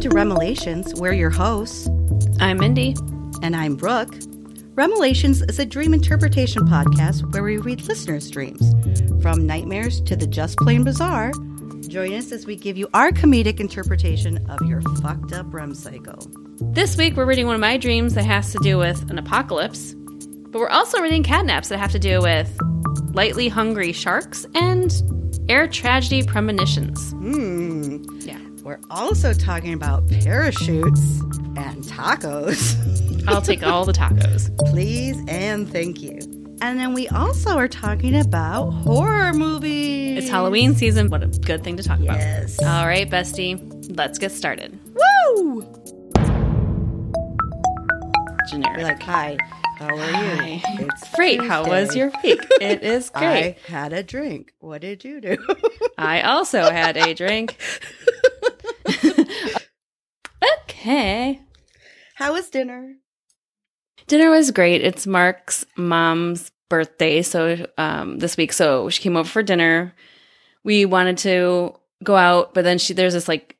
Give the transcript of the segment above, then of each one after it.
to Remelations. We're your hosts, I'm Mindy. and I'm Brooke. Remelations is a dream interpretation podcast where we read listeners' dreams, from nightmares to the just plain bizarre. Join us as we give you our comedic interpretation of your fucked up REM cycle. This week we're reading one of my dreams that has to do with an apocalypse, but we're also reading catnaps that have to do with lightly hungry sharks and air tragedy premonitions. Hmm. Yeah. We're also talking about parachutes and tacos. I'll take all the tacos. Please and thank you. And then we also are talking about horror movies. It's Halloween season. What a good thing to talk Yes. about. All right, bestie, let's get started. Woo! Generic. We're like, hi, how are you? Hi. It's Great. How was Tuesday. your week? It is great. I had a drink. What did you do? I also had a drink. okay. how was dinner? Dinner was great. It's Mark's mom's birthday, so um, this week, so she came over for dinner. We wanted to go out, but then she there's this like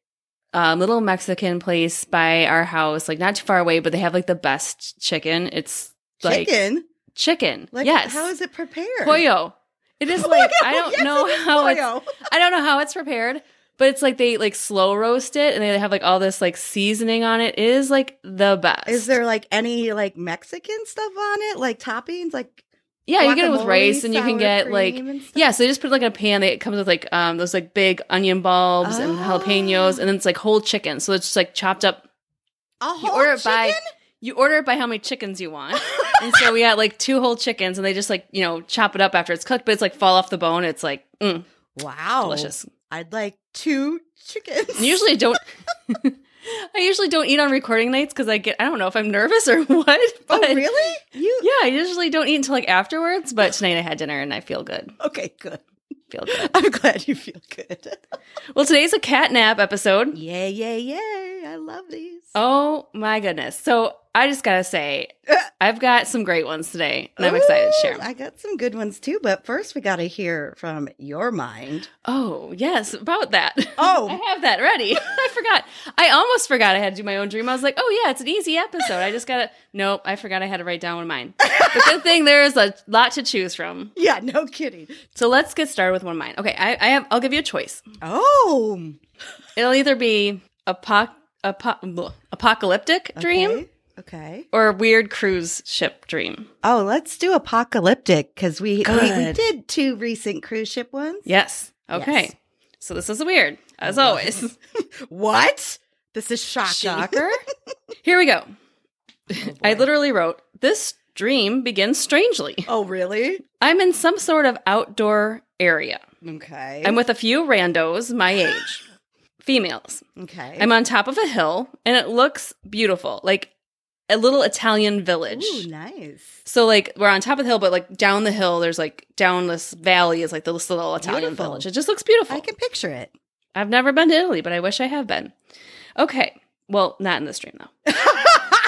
um, little Mexican place by our house, like not too far away, but they have like the best chicken. It's like Chicken. chicken. Like, yes, How is it prepared? pollo? It is like I don't Yes, know it is how it's pollo. I don't know how it's prepared, but it's like they like slow roast it and they have like all this like seasoning on it. It is like the best. Is there like any like Mexican stuff on it, like toppings, like Yeah, you get it with guacamole, rice and you sour can get like cream and stuff? Yeah, so they just put it like in a pan. They, it comes with like um those like big onion bulbs and Oh. jalapenos, and then it's like whole chicken. So it's just like chopped up. a whole You order it chicken? by you order it by how many chickens you want, and so we had like two whole chickens, and they just like you know chop it up after it's cooked, but it's like fall off the bone. It's like mm, Wow, delicious. I'd like two chickens. And usually I don't. I usually don't eat on recording nights because I get I don't know if I'm nervous or what. oh But really? You Yeah, I usually don't eat until like afterwards. But tonight I had dinner and I feel good. okay? Good. Feel good. I'm glad you feel good. Well, today's a cat nap episode. yay! Yay! Yay! I love these. Oh my goodness. So I just gotta say, I've got some great ones today, and I'm excited to share Ooh, them. I got some good ones too, but first we got to hear from your mind. Oh, yes, about that. Oh. I have that ready. I forgot. I almost forgot I had to do my own dream. I was like, oh yeah, it's an easy episode. I just gotta nope, I forgot I had to write down one of mine. But good thing there is a lot to choose from. Yeah, no kidding. So let's get started with one of mine. Okay, I, I have I'll give you a choice. Oh, It'll either be apoc apo- bleh, apocalyptic dream Okay. okay. or a weird cruise ship dream. Oh, let's do apocalyptic because we, we we Good. did two recent cruise ship ones. Yes. Okay. Yes. So this is weird, as always. What? This is shocking. Shocker. Here we go. Oh, I literally wrote this dream begins strangely. Oh, really? I'm in some sort of outdoor area. Okay. I'm with a few randos my age, females. okay. I'm on top of a hill and it looks beautiful, like a little Italian village. Ooh, nice. So like we're on top of the hill, but like down the hill, there's like down this valley is like this little Italian Beautiful. village. It just looks beautiful. I can picture it. I've never been to Italy, but I wish I have been. Okay. Well, not in this dream though.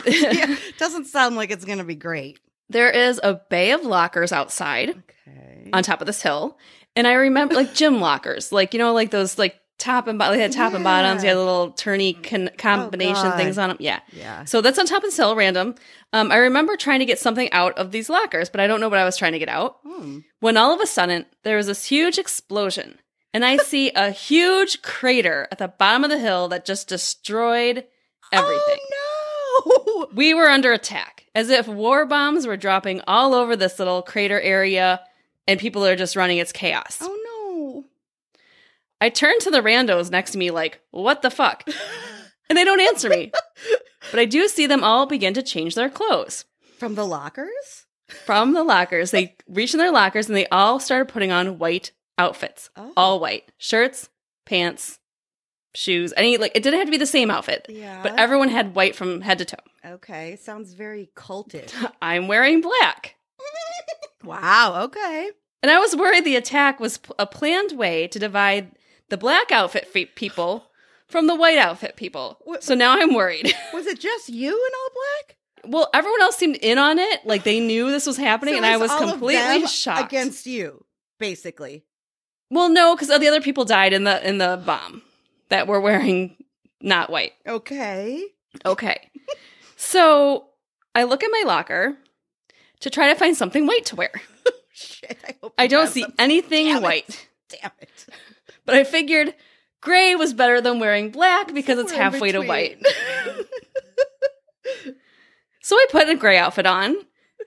Yeah, doesn't sound like it's going to be great. There is a bay of lockers outside Okay. on top of this hill. And I remember like gym lockers, like, you know, like those like top and bottom, they had top and bottoms, they had little turny con- combination God. things on them. Yeah. yeah. So that's on top of this hill, random. Um, I remember trying to get something out of these lockers, but I don't know what I was trying to get out. Hmm. When all of a sudden, there was this huge explosion, and I see a huge crater at the bottom of the hill that just destroyed everything. Oh, no. We were under attack, as if war bombs were dropping all over this little crater area, and people are just running. It's chaos. Oh, I turn to the randos next to me, like, what the fuck? And they don't answer me. but I do see them all begin to change their clothes. no. From the lockers? From the lockers, they reach in their lockers and they all started putting on white outfits. Oh. All white shirts, pants, shoes. Any like it didn't have to be the same outfit, Yeah. but everyone had white from head to toe. Okay, sounds very cultish. I'm wearing black. wow, okay. And I was worried the attack was p- a planned way to divide the black outfit fe- people from the white outfit people. Wha- So now I'm worried. Was it just you in all black? well, everyone else seemed in on it, like they knew this was happening, So and I was all of completely them shocked. Against you, basically. well, no, because the other people died in the in the bomb that were wearing not white. Okay. Okay. so I look at my locker to try to find something white to wear. Shit. I, hope I you don't have see some- anything Damn it. white, Damn it. but I figured gray was better than wearing black because it's Somewhere in halfway to between. white. So I put a gray outfit on,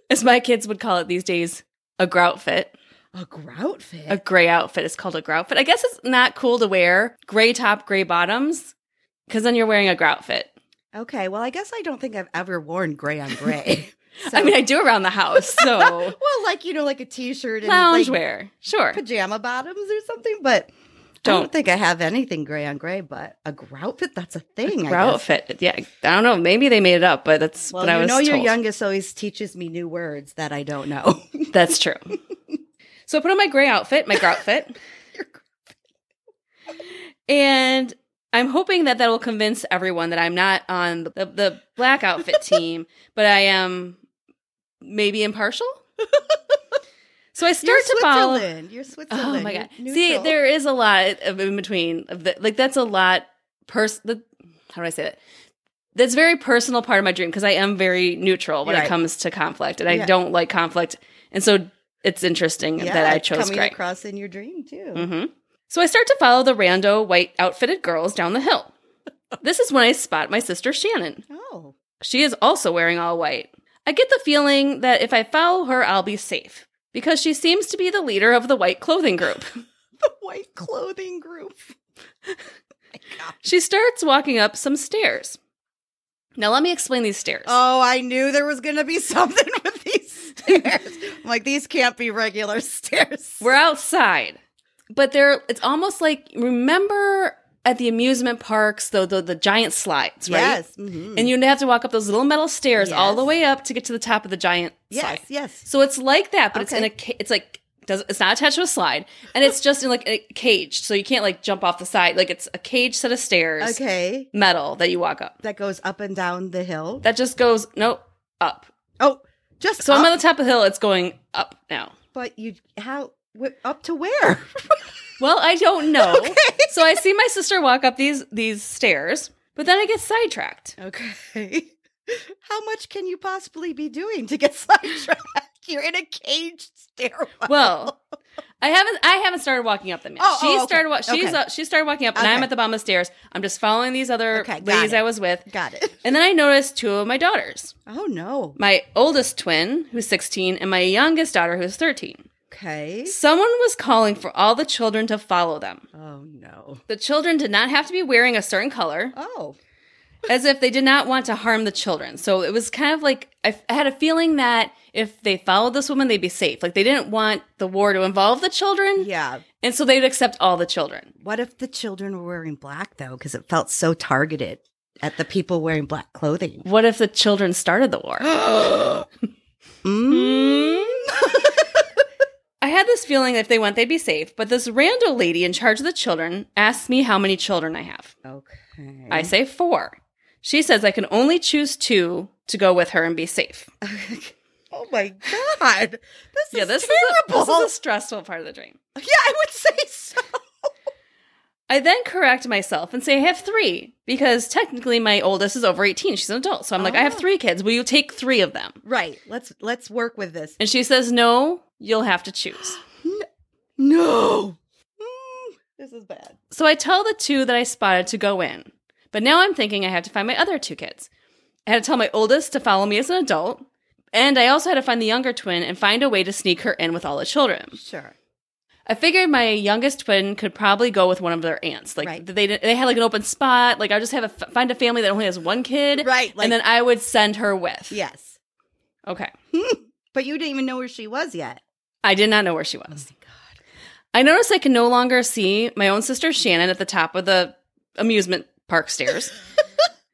as my kids would call it these days, a grout fit. a grout fit. A gray outfit is called a grout fit. I guess it's not cool to wear gray top, gray bottoms, because then you're wearing a grout fit. okay. Well, I guess I don't think I've ever worn gray on gray. I mean, I do around the house, so well, like you know, like a t-shirt and like, loungewear, sure. pajama bottoms or something, but I Don't don't think I have anything gray on gray, but a grout fit, that's a thing. I grout guess. fit. Yeah, I don't know. Maybe they made it up, but that's Well, what I you was know, your told. youngest always teaches me new words that I don't know. That's true. so I put on my gray outfit, my grout fit, and I'm hoping that that will convince everyone that I'm not on the, the black outfit team, but I am maybe impartial. So I start You're to follow. Switzerland. You're Switzerland. Oh my god! You're See, neutral. there is a lot of in between. Of the, like that's a lot. Pers- the, how do I say that? That's a very personal part of my dream because I am very neutral when Right. it comes to conflict, and I Yeah. don't like conflict. And so it's interesting Yeah, that I it's chose coming gray. across in your dream too. hmm So I start to follow the rando white outfitted girls down the hill. this is when I spot my sister Shannon. Oh, She is also wearing all white. I get the feeling that if I follow her, I'll be safe because she seems to be the leader of the white clothing group. the white clothing group. My God. She starts walking up some stairs. Now, let me explain these stairs. Oh, I knew there was going to be something with these stairs. I'm like, these can't be regular stairs. We're outside, but they're, it's almost like, remember at the amusement parks, the, the, the giant slides, right? yes. mhm. And you have to walk up those little metal stairs all Yes. the way up to get to the top of the giant yes, slide. yes. So it's like that, but it's Okay. in a, ca- it's like, does, it's not attached to a slide, and it's just in like a cage, so you can't like jump off the side. Like it's a cage set of stairs, Okay. metal that you walk up. That goes up and down the hill. That just goes nope up. Oh, just So up, I'm on the top of the hill. It's going up now. but you how wh- up to where? Well, I don't know. So I see my sister walk up these these stairs, but then I get sidetracked. Okay. How much can you possibly be doing to get sidetracked? You're in a caged stairwell. Well, I haven't I haven't started walking up them yet. Oh, she oh, okay. started wa- she's Okay. up, she started walking up, and I'm Okay. at the bottom of the stairs. I'm just following these other Okay, got ladies it. I was with, got it. and then I noticed two of my daughters, Oh no. my oldest twin who's 16 and my youngest daughter who's 13. Okay. Someone was calling for all the children to follow them. Oh no. The children did not have to be wearing a certain color. Oh. as if they did not want to harm the children. So it was kind of like I, f- I had a feeling that if they followed this woman, they'd be safe. Like they didn't want the war to involve the children, Yeah. and so they'd accept all the children. What if the children were wearing black though? Because it felt so targeted at the people wearing black clothing. What if the children started the war? Hmm? Mm. I had this feeling that if they went, they'd be safe. But this rando lady in charge of the children asked me how many children I have. Okay. I say four. She says I can only choose two to go with her and be safe. oh my god. This yeah, is this is, a, terrible. this is a stressful part of the dream. yeah, I would say so. I then correct myself and say I have three because technically my oldest is over 18. She's an adult. So I'm like, I have Oh. three kids. Will you take three of them? Right. Let's let's work with this. And she says, No, you'll have to choose. No. Mm, this is bad. So I tell the two that I spotted to go in. But now I'm thinking I have to find my other two kids. I had to tell my oldest to follow me as an adult. And I also had to find the younger twin and find a way to sneak her in with all the children. Sure. I figured my youngest twin could probably go with one of their aunts. Like Right. they didn't- they had like an open spot. Like I just have a f- find a family that only has one kid. Right. Like, and then I would send her with. yes. Okay. But you didn't even know where she was yet. I did not know where she was. I noticed I could no longer see my own sister Shannon at the top of the amusement park stairs,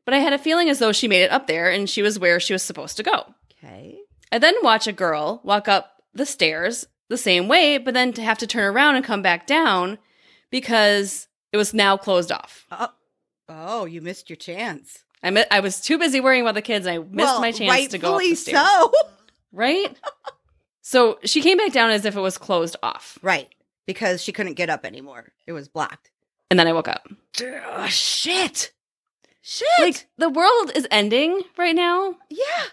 but I had a feeling as though she made it up there and she was where she was supposed to go. Okay. I then watch a girl walk up the stairs the same way, but then to have to turn around and come back down because it was now closed off. Oh, oh you missed your chance. I, mi- I was too busy worrying about the kids and I missed Well, my chance to go up the rightfully stairs. so. Right? so she came back down as if it was closed off. Right. Because she couldn't get up anymore. It was blocked. And then I woke up. Oh, shit. Shit. Like the world is ending right now, yeah.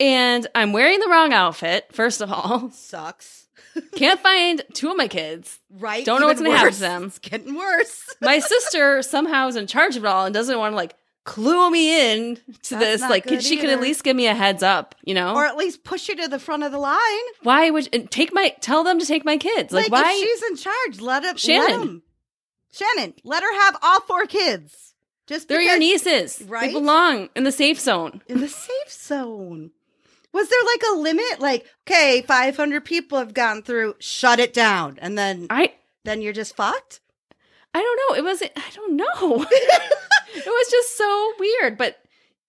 and I'm wearing the wrong outfit. First of all, Sucks. can't find two of my kids. Right. Don't know what's Even gonna happen worse. to them. It's getting worse. My sister somehow is in charge of it all and doesn't want to like clue me in to That's this. not Like good she could either. at least give me a heads up, you know? Or at least push you to the front of the line. why would and take my tell them to take my kids? Like, Like, why? if she's in charge, let him. Let Shannon. him. Shannon, let her have all four kids. Just They're your because- nieces. Right? They belong in the safe zone. in the safe zone. Was there like a limit? Like, okay, 500 people have gone through, shut it down. And then I then you're just fucked? I don't know. It was I don't know. it was just so weird, but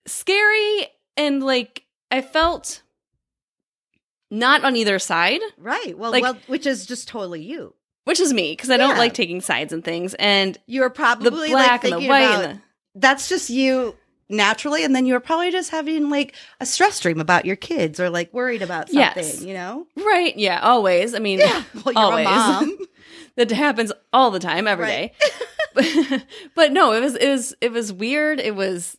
scary and like I felt not on either side, Right. Well, Like- well, which is just totally you. which is me because I don't Yeah. like taking sides and things. And You were probably the like black and the thinking white. about and that's just you naturally and then you were probably just having like a stress dream about your kids or like worried about something, Yes. you know? the, right? Yeah, always. I mean, Well, you're Always. a mom. that happens all the time every Right. day. but no it was it was it was weird it was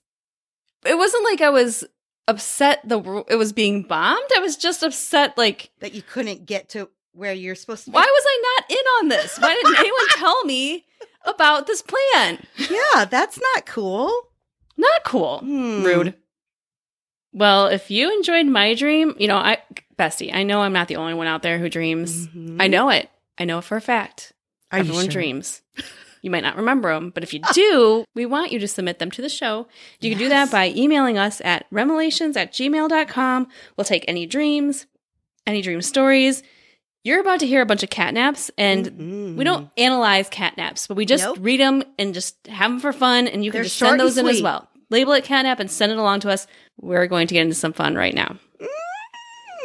it wasn't like i was upset the wor- it was being bombed i was just upset like that you couldn't get to where you're supposed to be. why was i not in on this why didn't anyone tell me about this plan Yeah, that's not cool. not cool Hmm. rude well if you enjoyed my dream you know i bestie i know i'm not the only one out there who dreams Mhm. i know it i know it for a fact Are you Everyone sure? dreams. You might not remember them, but if you do, we want you to submit them to the show. You can do Yes. that by emailing us at remelations at gmail.com. We'll take any dreams, any dream stories. You're about to hear a bunch of catnaps, and Mhm. we don't analyze catnaps, but we just Nope. read them and just have them for fun, and you can They're just short send and those in as sweet. well. Label it catnap and send it along to us. We're going to get into some fun right now.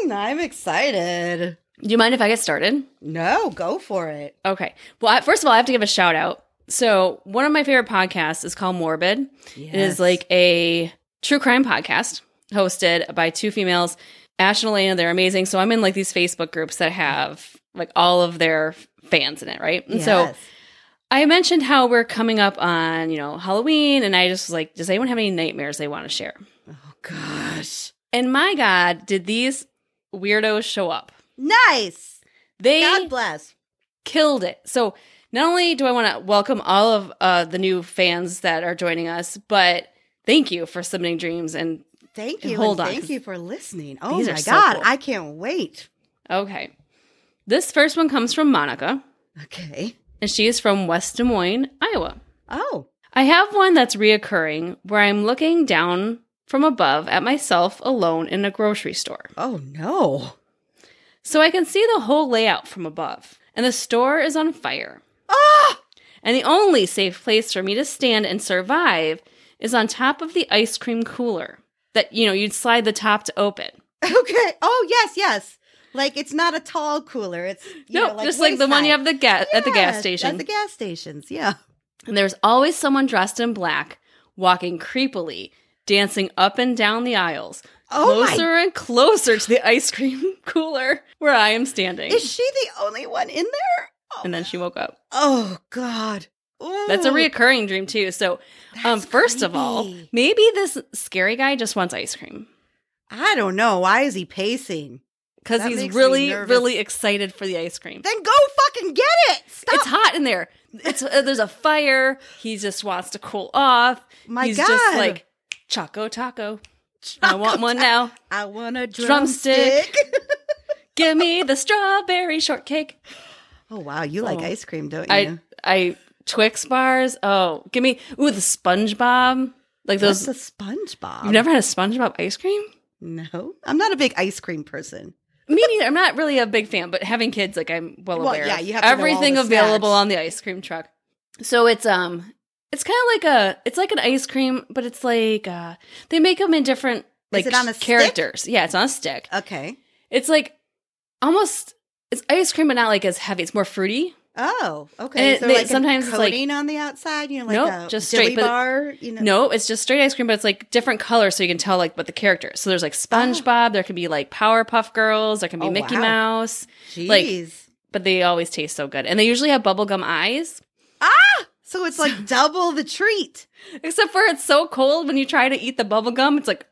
Mm, I'm excited. Do you mind if I get started? No, go for it. Okay. Well, I, first of all, I have to give a shout out. So, one of my favorite podcasts is called Morbid. It is like a true crime podcast hosted by two females, Ash and Elena. They're amazing. So, I'm in like these Facebook groups that have like all of their fans in it, right? And so, Yes. I mentioned how we're coming up on, you know, Halloween. And I just was like, does anyone have any nightmares they want to share? oh gosh, And my God, did these weirdos show up? nice. They God bless. killed it. So not only do I want to welcome all of uh, the new fans that are joining us, but thank you for submitting dreams. And Thank And you. hold and on, Thank 'cause you for listening. Oh these are my so God, cool. I can't wait. okay, this first one comes from Monica, Okay. and she is from West Des Moines, Iowa. Oh, I have one that's reoccurring where I'm looking down from above at myself alone in a grocery store. oh no. So I can see the whole layout from above, and the store is on fire. Ah, And the only safe place for me to stand and survive is on top of the ice cream cooler that, you know, you'd slide the top to open. okay. Oh yes, yes. Like it's not a tall cooler. It's you No, know, like just like the one waist-high. you have the ga- at the gas Yes, station. At the gas stations, yeah. and there's always someone dressed in black walking creepily, dancing up and down the aisles, Oh my. closer and closer to the ice cream cooler where I am standing. Is she the only one in there? Oh, and then she woke up. oh God. Ooh, That's a reoccurring dream too. So, um, that's first of all, creepy. maybe this scary guy just wants ice cream. I don't know. Why is he pacing? because That he's makes me really, nervous. really excited for the ice cream. Then go fucking get it. Stop. It's hot in there. It's uh, there's a fire. He just wants to cool off. My he's God. just like choco taco. I want one now. I want a drumstick. Drumstick. Give me the strawberry shortcake. oh wow, you like Oh. ice cream, don't you? I I Twix bars. Oh, give me ooh the SpongeBob. Like What's those. a SpongeBob? You've never had a SpongeBob ice cream? No, I'm not a big ice cream person. Me neither. I'm not really a big fan, but having kids, like I'm well Well, aware. yeah, of you have to know all everything the available snacks. on the ice cream truck. So it's um, it's kind of like a, it's like an ice cream, but it's like uh, they make them in different like it on a stick? characters. Yeah, it's on a stick. Okay. It's like almost it's ice cream, but not like as heavy. It's more fruity. Oh, okay. And they- sometimes it's like- coating on the outside, you know, like Nope, a just dilly straight, but- bar. You know, No, it's just straight ice cream, but it's like different colors, so you can tell like what the characters. So there's like SpongeBob. There can be like Powerpuff Girls. There can be Oh, Mickey wow. Mouse. jeez. like- But they always taste so good, and they usually have bubblegum eyes. ah, So it's like double the treat. Except for it's so cold when you try to eat the bubble gum, it's like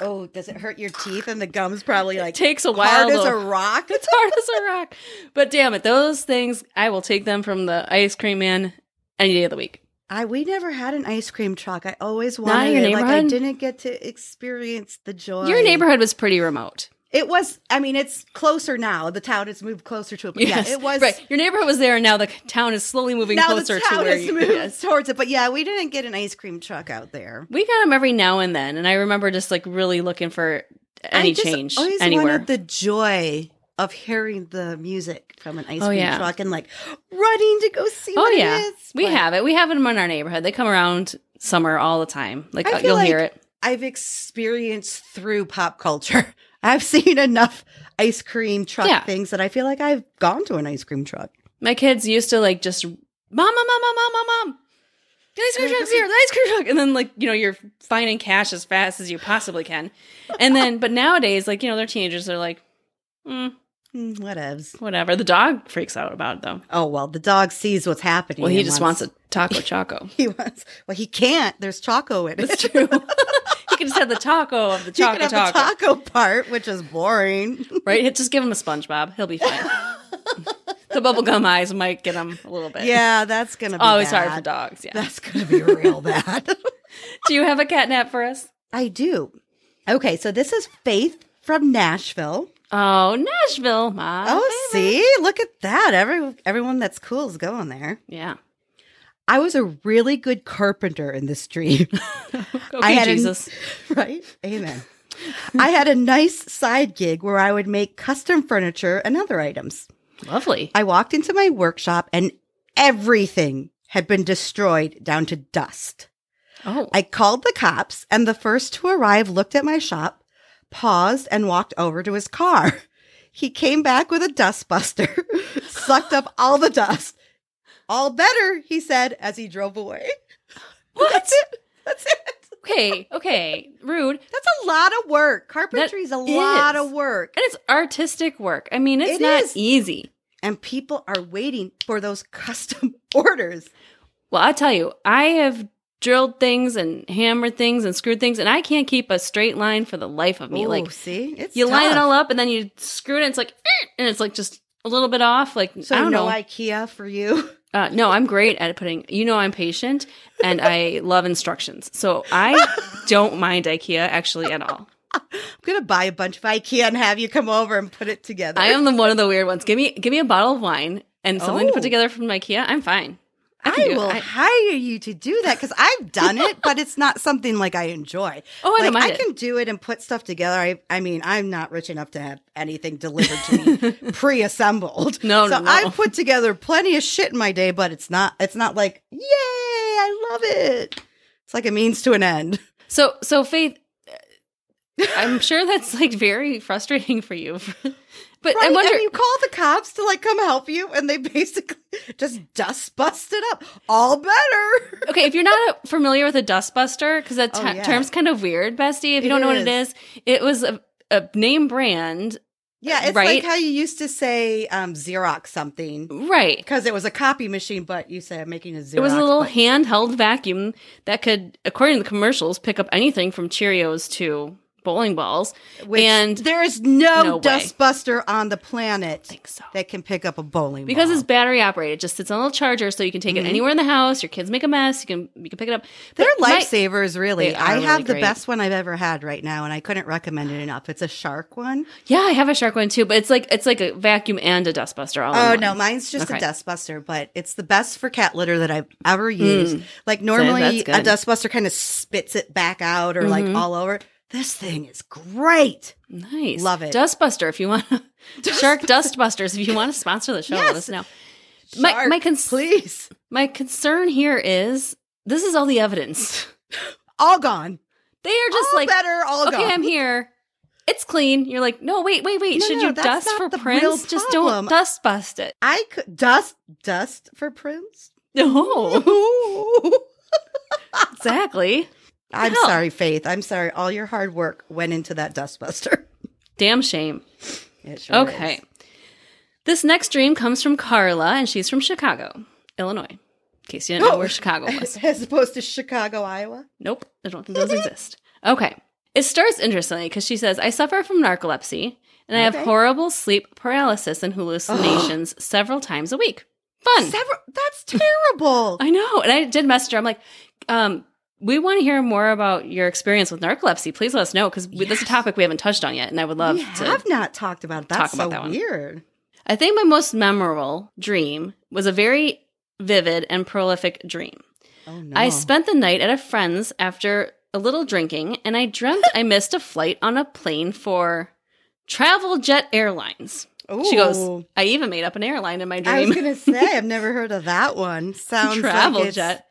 Oh, does it hurt your teeth? And the gum's probably like it takes a while. hard as a to- rock. it's hard as a rock. But damn it, those things I will take them from the ice cream man any day of the week. I we never had an ice cream truck. I always in wanted your it. Like I neighborhood? didn't get to experience the joy. Your neighborhood was pretty remote. It was. I mean, it's closer now. The town has moved closer to it. But Yes. yeah, it was. Right. Your neighborhood was there, and now the town is slowly moving Now closer the town to where has you. moved Yes. towards it. But yeah, we didn't get an ice cream truck out there. We got them every now and then, and I remember just like really looking for any I just change Always anywhere. wanted the joy of hearing the music from an ice Oh, cream yeah. truck and like running to go see. oh what yeah, it is. we But have it. We have them in our neighborhood. They come around summer all the time. Like uh, I feel you'll hear like- it. I've experienced through pop culture. I've seen enough ice cream truck Yeah. things that I feel like I've gone to an ice cream truck. My kids used to like just mom, mom, mom, mom, mom, mom, mom. The ice cream truck's here. The ice cream truck, and then like you know you're finding cash as fast as you possibly can, and then but nowadays like you know they're teenagers. They're like, mm, Mm, whatevs. whatever. The dog freaks out about it though. Oh well, the dog sees what's happening. Well, he and just wants a taco choco. He wants. Well, he can't. There's taco in it. That's true. he can just have the taco of the You choco can have taco. the taco part, which is boring. right? Just give him a SpongeBob. He'll be fine. the bubblegum eyes might get him a little bit. yeah, that's gonna be Always bad. hard for dogs. Yeah. That's gonna be real bad. Do you have a cat nap for us? I do. Okay, so this is Faith from Nashville. Oh, Nashville. My oh, favorite. see, look at that. Every everyone that's cool is going there. Yeah. I was a really good carpenter in this dream. Okay, I had an- Jesus. right? Amen. I had a nice side gig where I would make custom furniture and other items. Lovely. I walked into my workshop and everything had been destroyed down to dust. Oh. I called the cops, and the first to arrive looked at my shop, paused, and walked over to his car. He came back with a dustbuster, sucked up all the dust. All better, he said as he drove away. what? That's it. That's it. okay. Okay. Rude. That's a lot of work. Carpentry is a lot is. of work. And it's artistic work. I mean, it's It not is. easy. And people are waiting for those custom orders. Well, I tell you, I have drilled things and hammered things and screwed things, and I can't keep a straight line for the life of me. Ooh, like see? It's you line it tough. all up and then you screw it and it's like "Eh," and it's like just a little bit off like So i don't no know IKEA for you. uh, no i'm great at putting you know i'm patient and i love instructions so i don't mind ikea actually at all I'm gonna buy a bunch of IKEA and have you come over and put it together. i am the one of the weird ones give me give me a bottle of wine and something to Oh. put together from ikea i'm fine can I do it. will I- hire you to do that because I've done it, but it's not something like I enjoy. Oh, I like, don't mind I it. can do it and put stuff together. I, I mean, I'm not rich enough to have anything delivered to me pre-assembled. No, so no, no. I put together plenty of shit in my day, but it's not. It's not like yay, I love it. It's like a means to an end. so so faith uh, i'm sure that's like very frustrating for you but i Right? wonder and you call the cops to like come help you, and they basically just dust busted up. All better. Okay, if you're not uh, familiar with a dustbuster, because that Oh, ter- yeah. term's kind of weird, bestie. If It you don't know what it is, it was a, a name brand, Yeah, it's like Right? how you used to say um, Xerox something. right? because it was a copy machine, but you say I'm making a Xerox. It was a little but- handheld vacuum that could, according to the commercials, pick up anything from Cheerios to bowling balls. which and- there is no, No way. dustbuster on the planet think so. that can pick up a bowling Because ball. it's battery operated, it just sits on a little charger, so you can take it anywhere in the house. Your kids make a mess, you can you can pick it up. Mm-hmm. they're But my- lifesavers, really. They are I have really the great. best one I've ever had right now, and I couldn't recommend it enough. It's a shark one. yeah, I have a shark one too, but it's like it's like a vacuum and a dustbuster. All in Oh one. no, mine's just a Okay. Hmm. dustbuster, but it's the best for cat litter that I've ever used. Like normally, a that's good. Mm-hmm. dustbuster kind of spits it back out or like all over. This thing is great. Nice. Love it. Dustbuster, if you want to. Shark Dustbusters, if you want to sponsor the show, let us know. My- Shark, my cons- please, My concern here is this is all the evidence. all gone. They are just all like, better, all okay, gone. I'm here. It's clean. You're like, no, wait, wait, wait. No, Should no, you that's dust not for the real prints? Just don't problem. dust bust it. I could dust dust for prints. No, I'm exactly. Hell. sorry, Faith. I'm sorry. All your hard work went into that dustbuster. Damn shame. It sure Okay. is. This next dream comes from Carla, and she's from Chicago, Illinois. case you didn't know where Chicago was. As opposed to Chicago, Iowa. Nope, I don't think those exist. Okay. It starts interestingly because she says, I suffer from narcolepsy and I Okay. have horrible sleep paralysis and hallucinations several times a week. Fun. Several, that's terrible. Hmm. I know. And I did message her. I'm like, um, we want to hear more about your experience with narcolepsy. Please let us know because this is a Yes. topic we haven't touched on yet. And I would love we to. have not talked about it. That's talk about so that one. weird. I think my most memorable dream was a very vivid and prolific dream. Oh no! I spent the night at a friend's after a little drinking, and I dreamt I missed a flight on a plane for Travel Jet Airlines. She goes, Ooh. I even made up an airline in my I was dream. gonna say I've never heard of that one. Sounds Travel like it's Jet.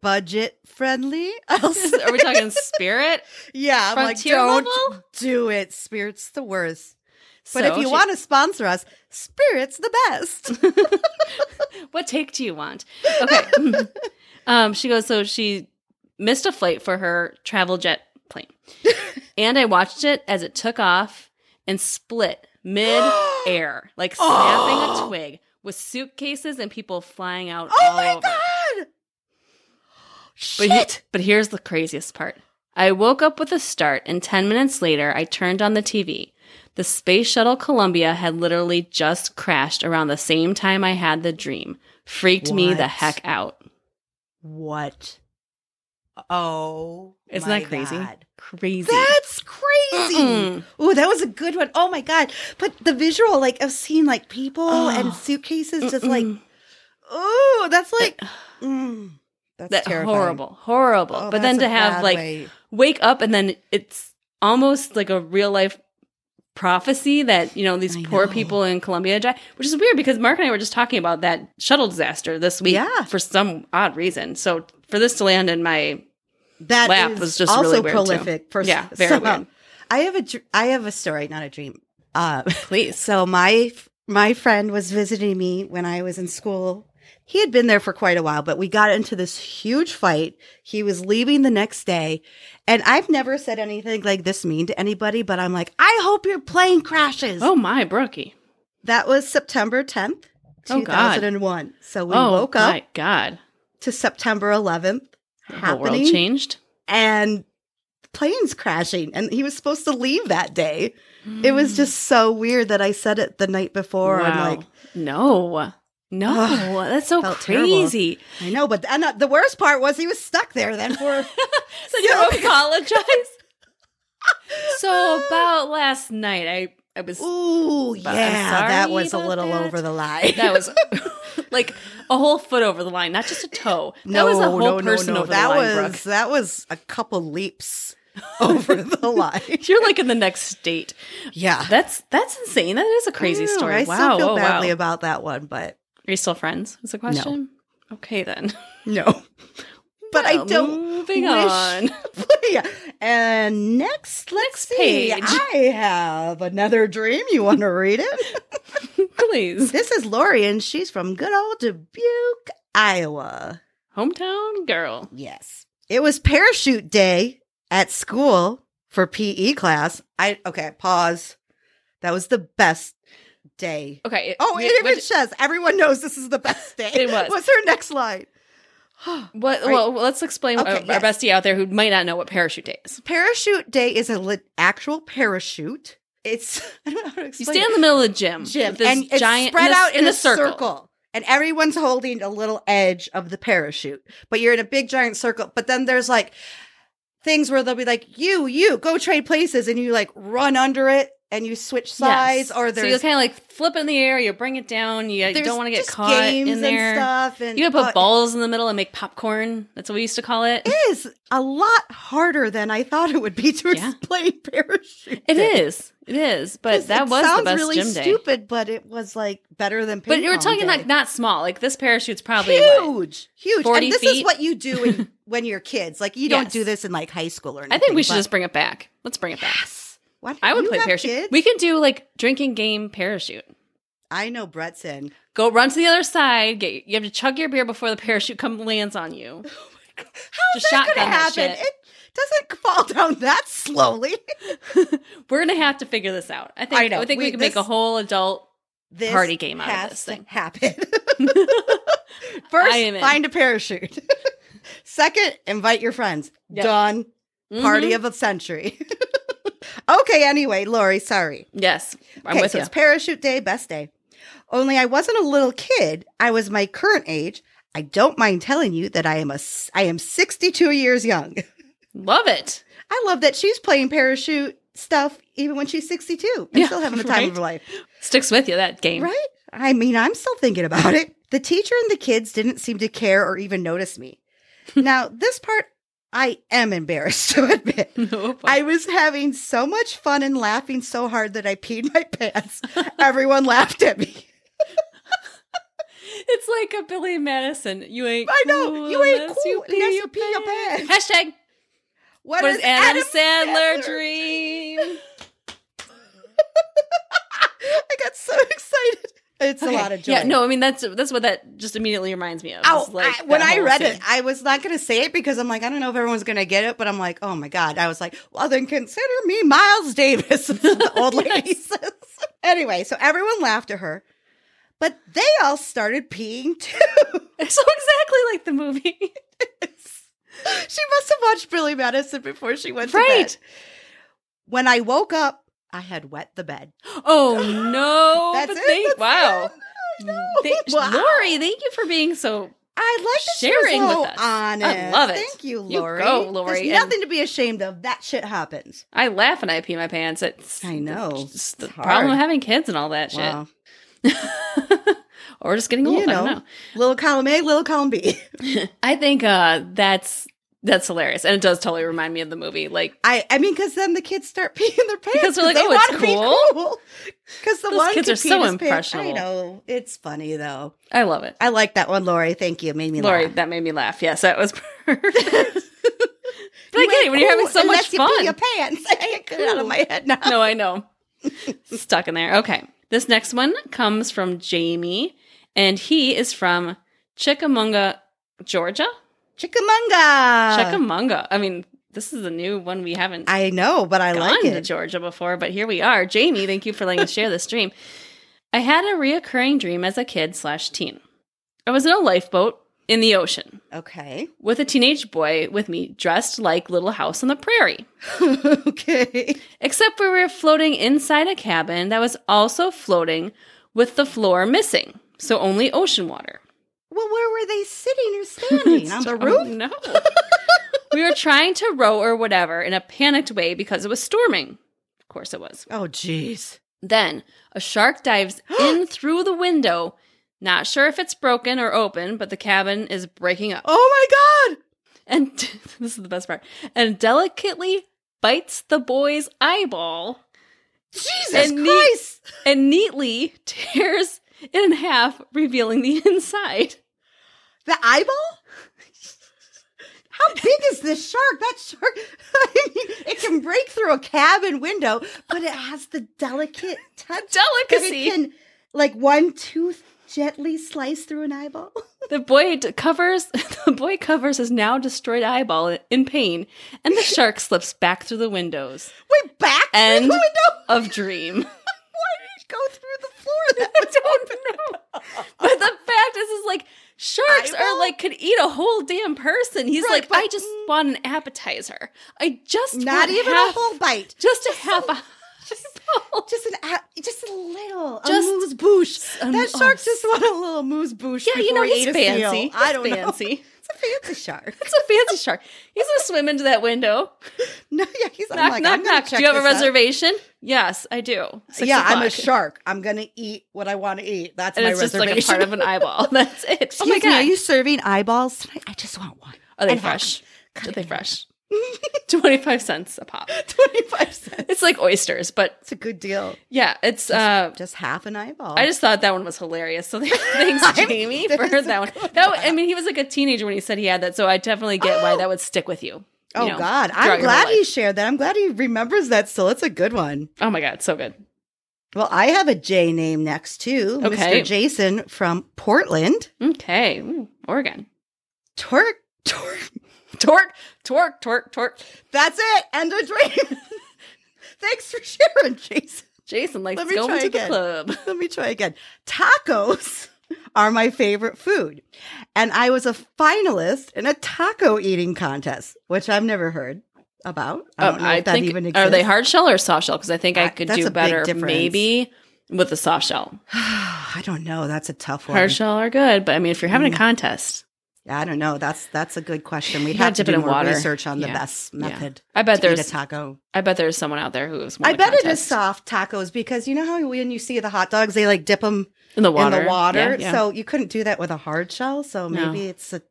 budget friendly. I'll say. Are we talking Spirit? yeah, I'm Frontier like, don't level? do it. Spirit's the worst. But So if you she- want to sponsor us, Spirit's the best. what take do you want? Okay. um, she goes, so she missed a flight for her travel jet plane. and I watched it as it took off and split mid air, like snapping Oh. a twig with suitcases and people flying out. Oh all my over. god! But, Shit! he- but here's the craziest part. I woke up with a start, and 10 minutes later, I turned on the TV. The space shuttle Columbia had literally just crashed around the same time I had the dream. Freaked me the What? heck out. what? Oh, Isn't my that crazy? God. Crazy. That's crazy. Mm-mm. Oh, that was a good one. Oh my god! But the visual, like of seeing like people and Oh. suitcases, just Mm-mm. like oh, that's like mm, that's that terrifying. horrible, horrible. Oh, but then that's to a have bad like way. wake up and then it's almost like a real life prophecy that you know these I poor know. people in Colombia die, which is weird because Mark and I were just talking about that shuttle disaster this week Yeah. for some odd reason. So for this to land in my that lap is was just also really weird, too. prolific. For Yeah, very some- weird. I have a dr- I have a story, not a dream. Uh, please, so my my friend was visiting me when I was in school. He had been there for quite a while, but we got into this huge fight. He was leaving the next day, and I've never said anything like this mean to anybody, but I'm like, I hope your plane crashes. oh my, Brookie, That was September 10th, Oh, God. 2001. So we oh woke up my God, to September 11th the whole world happening changed. and planes crashing and he was supposed to leave that day. It was just so weird that I said it the night before. I'm Hmm. Wow. like, no. No, Ugh, that's so felt terrible. crazy. I know, but and uh, the worst part was he was stuck there then for So you So- apologize. so about last night, I I was Ooh, I'm yeah, that sorry was a about little that. over the line. that was like a whole foot over the line, not just a toe. That was a whole person over that the line, was that was a couple leaps over the line. Brooke. You're like in the next state. Yeah. That's that's insane. That is a crazy I know, story. I wow. still feel oh, badly wow. about that one, but Are you still friends? Is the question. Okay then. no. But I Well, don't Moving wish- on. Yeah. And next, let's see. page. I have another dream. You want to read it? Please. this is Lori, and she's from good old Dubuque, Iowa. Hometown girl. Yes. It was parachute day at school for PE class. I okay, pause. That was the best day. Okay. Oh, it we- even which- says everyone knows this is the best day. It was. What's her next line? What, Right. Well, let's explain uh, Okay, our, our yes. bestie out there who might not know what parachute day is. Parachute day is a lit actual parachute. It's I don't know how to You explain. stand it. in the middle of the gym, gym with Um, this and it's giant- spread in a- out in, in a, circle. and everyone's holding a little edge of the parachute but you're in a big giant circle but then there's like things where they'll be like you you go trade places and you like run under it and you switch sides Yes. or so you there's, kind of like flip in the air, you bring it down, you, you there's don't want to get just caught games in there. and stuff and You could put uh, balls in the middle and make popcorn. That's what we used to call it. it is a lot harder than i thought it would be to Yeah. explain parachute It is, it is. But that it was sounds the best really gym day. stupid but it was like better than But ping you were pong talking day. like not small. Like this parachute's probably what? huge, huge. 40 and this is feet? what you do in, when you're kids. Like you don't Yes. do this in like high school or anything. I think we should but- just bring it back. Let's bring it back. yes. Why don't I would you play have parachute. kids? We could do like drinking game parachute. I know Brett's in. Go run to the other side. Get you have to chug your beer before the parachute come lands on you. How's Just that going shotgun to that happen? shit. It doesn't fall down that slowly. We're gonna have to figure this out. I think. I I, know. think we, We- can this- make a whole adult This Party game out of has this to thing. happen. First, I am in. find a parachute. Second, invite your friends. Yep. Mm-hmm. Done. Mm-hmm. Party of the century. okay, anyway, Lori, sorry. Yes, I'm okay, with so you. it's parachute day, best day. Only I wasn't a little kid. I was my current age. I don't mind telling you that I am a s- I am 62 years young. Love it. I love that she's playing parachute stuff even when she's 62 and Yeah, still having the time of right? her life. Sticks with you that game. Right? I mean, I'm still thinking about it. The teacher and the kids didn't seem to care or even notice me. now, this part I am embarrassed to admit. Nope. I was having so much fun and laughing so hard that I peed my pants. Everyone laughed at me. it's like a Billy Madison. You ain't. I know. cool You ain't unless cool unless you pee your Hashtag. What is Adam, Sandler, dream? I got so excited. It's Okay. a lot of joy. Yeah, no, I mean that's that's what that just immediately reminds me of. Oh, is, like, I, when that I whole read scene. it, I was not going to say it because I'm like, I don't know if everyone's going to get it, but I'm like, oh my God. I was like, well, then consider me Miles Davis, is what the old lady Yes. says. Anyway, so everyone laughed at her, but they all started peeing too. It's so exactly like the movie. she must have watched Billy Madison before she went to bed. Right. When I woke up, I had wet the bed. Oh no! That's but it, thank- that's wow. Mm, it. I know. Thank- Wow. Lori, thank you for being so. I like that sharing she was so with us. I honest. love it. Thank you, You Lori. go, Lori, There's and- nothing to be ashamed of. That shit happens. I laugh and I pee my pants. It's I know. it's the It's problem hard. of having kids and all that shit, Wow. or just getting old. You I know. don't know. Little column A, little column B. I think uh, that's that's hilarious, and it does totally remind me of the movie. Like I, I mean, because then the kids start peeing their pants Because they're like, they "Oh, it's wanna be cool." Because the Those one kids who are peed so his pants- impressionable. I know it's funny though. I love it, I like that one, Lori. Thank you. It made me Lori. laugh. That made me laugh. Yes, that was perfect. But I You get it ain't when you're having cool so unless much You fun. pee your pants. I can't get it out of my head now. no, I know. Stuck in there. Okay. This next one comes from Jamie, and he is from Chickamauga, Georgia. Chickamauga. Chickamauga. I mean, this is a new one we haven't I know, but I gone like to it. Georgia before, but here we are. Jamie, thank you for letting us share this dream. I had a reoccurring dream as a kid slash teen. I was in a lifeboat in the ocean Okay. with a teenage boy with me dressed like Little House on the Prairie. okay. except we were floating inside a cabin that was also floating with the floor missing. So only ocean water. Well, where were they sitting or standing? on the roof? No. we were trying to row or whatever in a panicked way because it was storming. Of course it was. Oh, jeez. Then a shark dives in through the window. Not sure if it's broken or open, but the cabin is breaking up. Oh, my God. And this is the best part. And delicately bites the boy's eyeball. Jesus And the- Christ. and neatly tears it in half, revealing the inside. The eyeball? How big is this shark? That shark, I mean, it can break through a cabin window, but it has the delicate touch. that Delicacy. It can, like, one tooth gently slice through an eyeball. the boy d- covers the boy covers his now destroyed eyeball in pain, and the shark slips back through the windows Wait, back End through the window? of dream. Why did it go through the floor? That was open. But the fact is, is like sharks Eyeball? are like could eat a whole damn person. He's Right, like, but- mm I just want an appetizer. I just Not want even half, a whole bite. just a half a eyeball. Just an a- just a little, Just- a moose boosh. that a mo- shark oh, just wanted a little moose boosh. Yeah, you before know he he's ate a seal. fancy. He's I don't know. fancy. It's a fancy shark. It's a fancy shark. He's gonna swim into that window. No, yeah, he's I'm Knock, like, knock, I'm gonna knock. check Do you have a this out. reservation? Yes, I do. Six yeah, I'm a o'clock. shark. I'm gonna eat what I want to eat. That's And my it's just like reservation. a part of an eyeball. That's it. oh my Excuse me, god, are you serving eyeballs tonight? I just want one. Are they and half. fresh? God, Are I they love fresh? Twenty five cents a pop. Twenty five cents. It's like oysters, but It's a good deal. yeah, it's. uh Just half an eyeball. I just thought that one was hilarious. So thanks, I'm- Jamie, that for is a that one. good That wa- I mean, he was like a teenager when he said he had that, so I definitely get why Oh. that would stick with you. you oh know, God, throughout I'm your glad whole he life. shared that. I'm glad he remembers that still. It's a good one. Oh my god, so good. Well, I have a J name next too. Okay. Mr. Jason from Portland. Okay, Ooh, Oregon. Torque, torque. Torque, torque, torque, torque. That's it. End of dream. Thanks for sharing, Jason. Jason likes Let me going try to again. the club. Let me try again. Tacos are my favorite food. And I was a finalist in a taco eating contest, which I've never heard about. I don't know if that Um, think, even exists. Are they hard shell or soft shell? Because I think I That- could that's a do big better difference. maybe with the soft shell. I don't know. That's a tough one. Hard shell are good, but I mean, if you're having Mm. a contest, Yeah, I don't know. That's that's a good question. You We'd gotta have to dip it do in more water. research on the Yeah. best Yeah. method. I bet to eat a there's taco. I bet there's someone out there who's won I a bet it is contest. soft tacos because you know how when you see the hot dogs, they like dip them in the water. in the water. Yeah, yeah. So you couldn't do that with a hard shell. So No. maybe it's a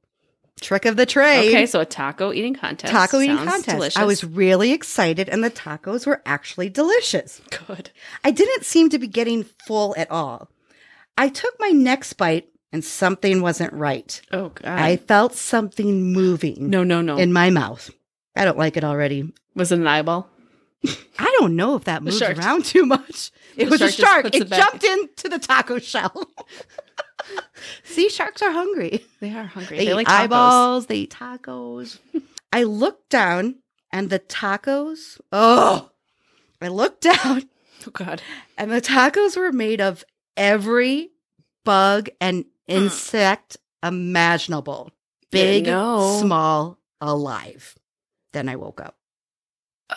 trick of the trade. okay, so a taco eating contest. taco eating Sounds contest. Delicious. I was really excited, and the tacos were actually delicious. good. I didn't seem to be getting full at all. I took my next bite, and something wasn't right. Oh god. I felt something moving no, no, no. in my mouth. I don't like it already. was it an eyeball? I don't know if that moves shark. around too much. It The was shark just a shark. puts It, it back. jumped into the taco shell. See, sharks are hungry. They are hungry. They, eat like tacos. eyeballs. They eat tacos. I looked down, and the tacos. Oh, I looked down, Oh god. and the tacos were made of every bug and insect imaginable, big, no. small, alive. Then I woke up.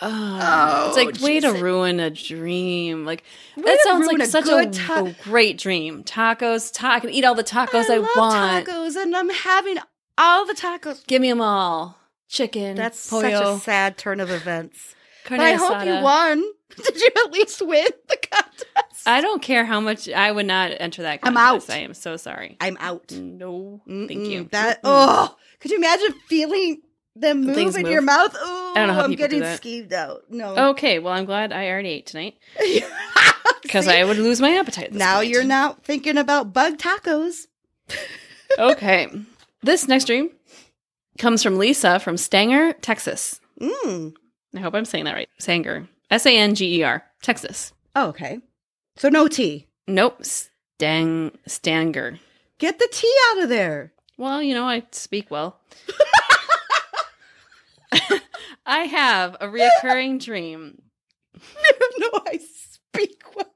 Oh, it's like way to Jesus. ruin a dream. Like Way that to sounds ruin like a such a, good ta- a great dream. Tacos, ta- I can eat all the tacos I, love want. tacos, and I'm having all the tacos. Give me them all. Chicken. That's pollo, such a sad turn of events. carne But I hope asada. you won. Did you at least win the contest? I don't care how much. I would not enter that. I'm Contest. out. I am so sorry. I'm out. No, thank Mm-mm. you. That Mm-mm. oh, could you imagine feeling them move Things in your move. mouth? Oh, don't know how I'm people getting do that. Oh. skeeved out. No, Okay, well, I'm glad I already ate tonight because See? I would lose my appetite. at this now point. you're not thinking about bug tacos. okay. This next dream comes from Lisa from Stanger, Texas. Mm. I hope I'm saying that right. Sanger. S A N G E R, Texas. Oh, okay, so no tea. Nope. Stang Stanger. Get the tea out of there. Well, you know, I speak well. I have a reoccurring dream. no, I speak well.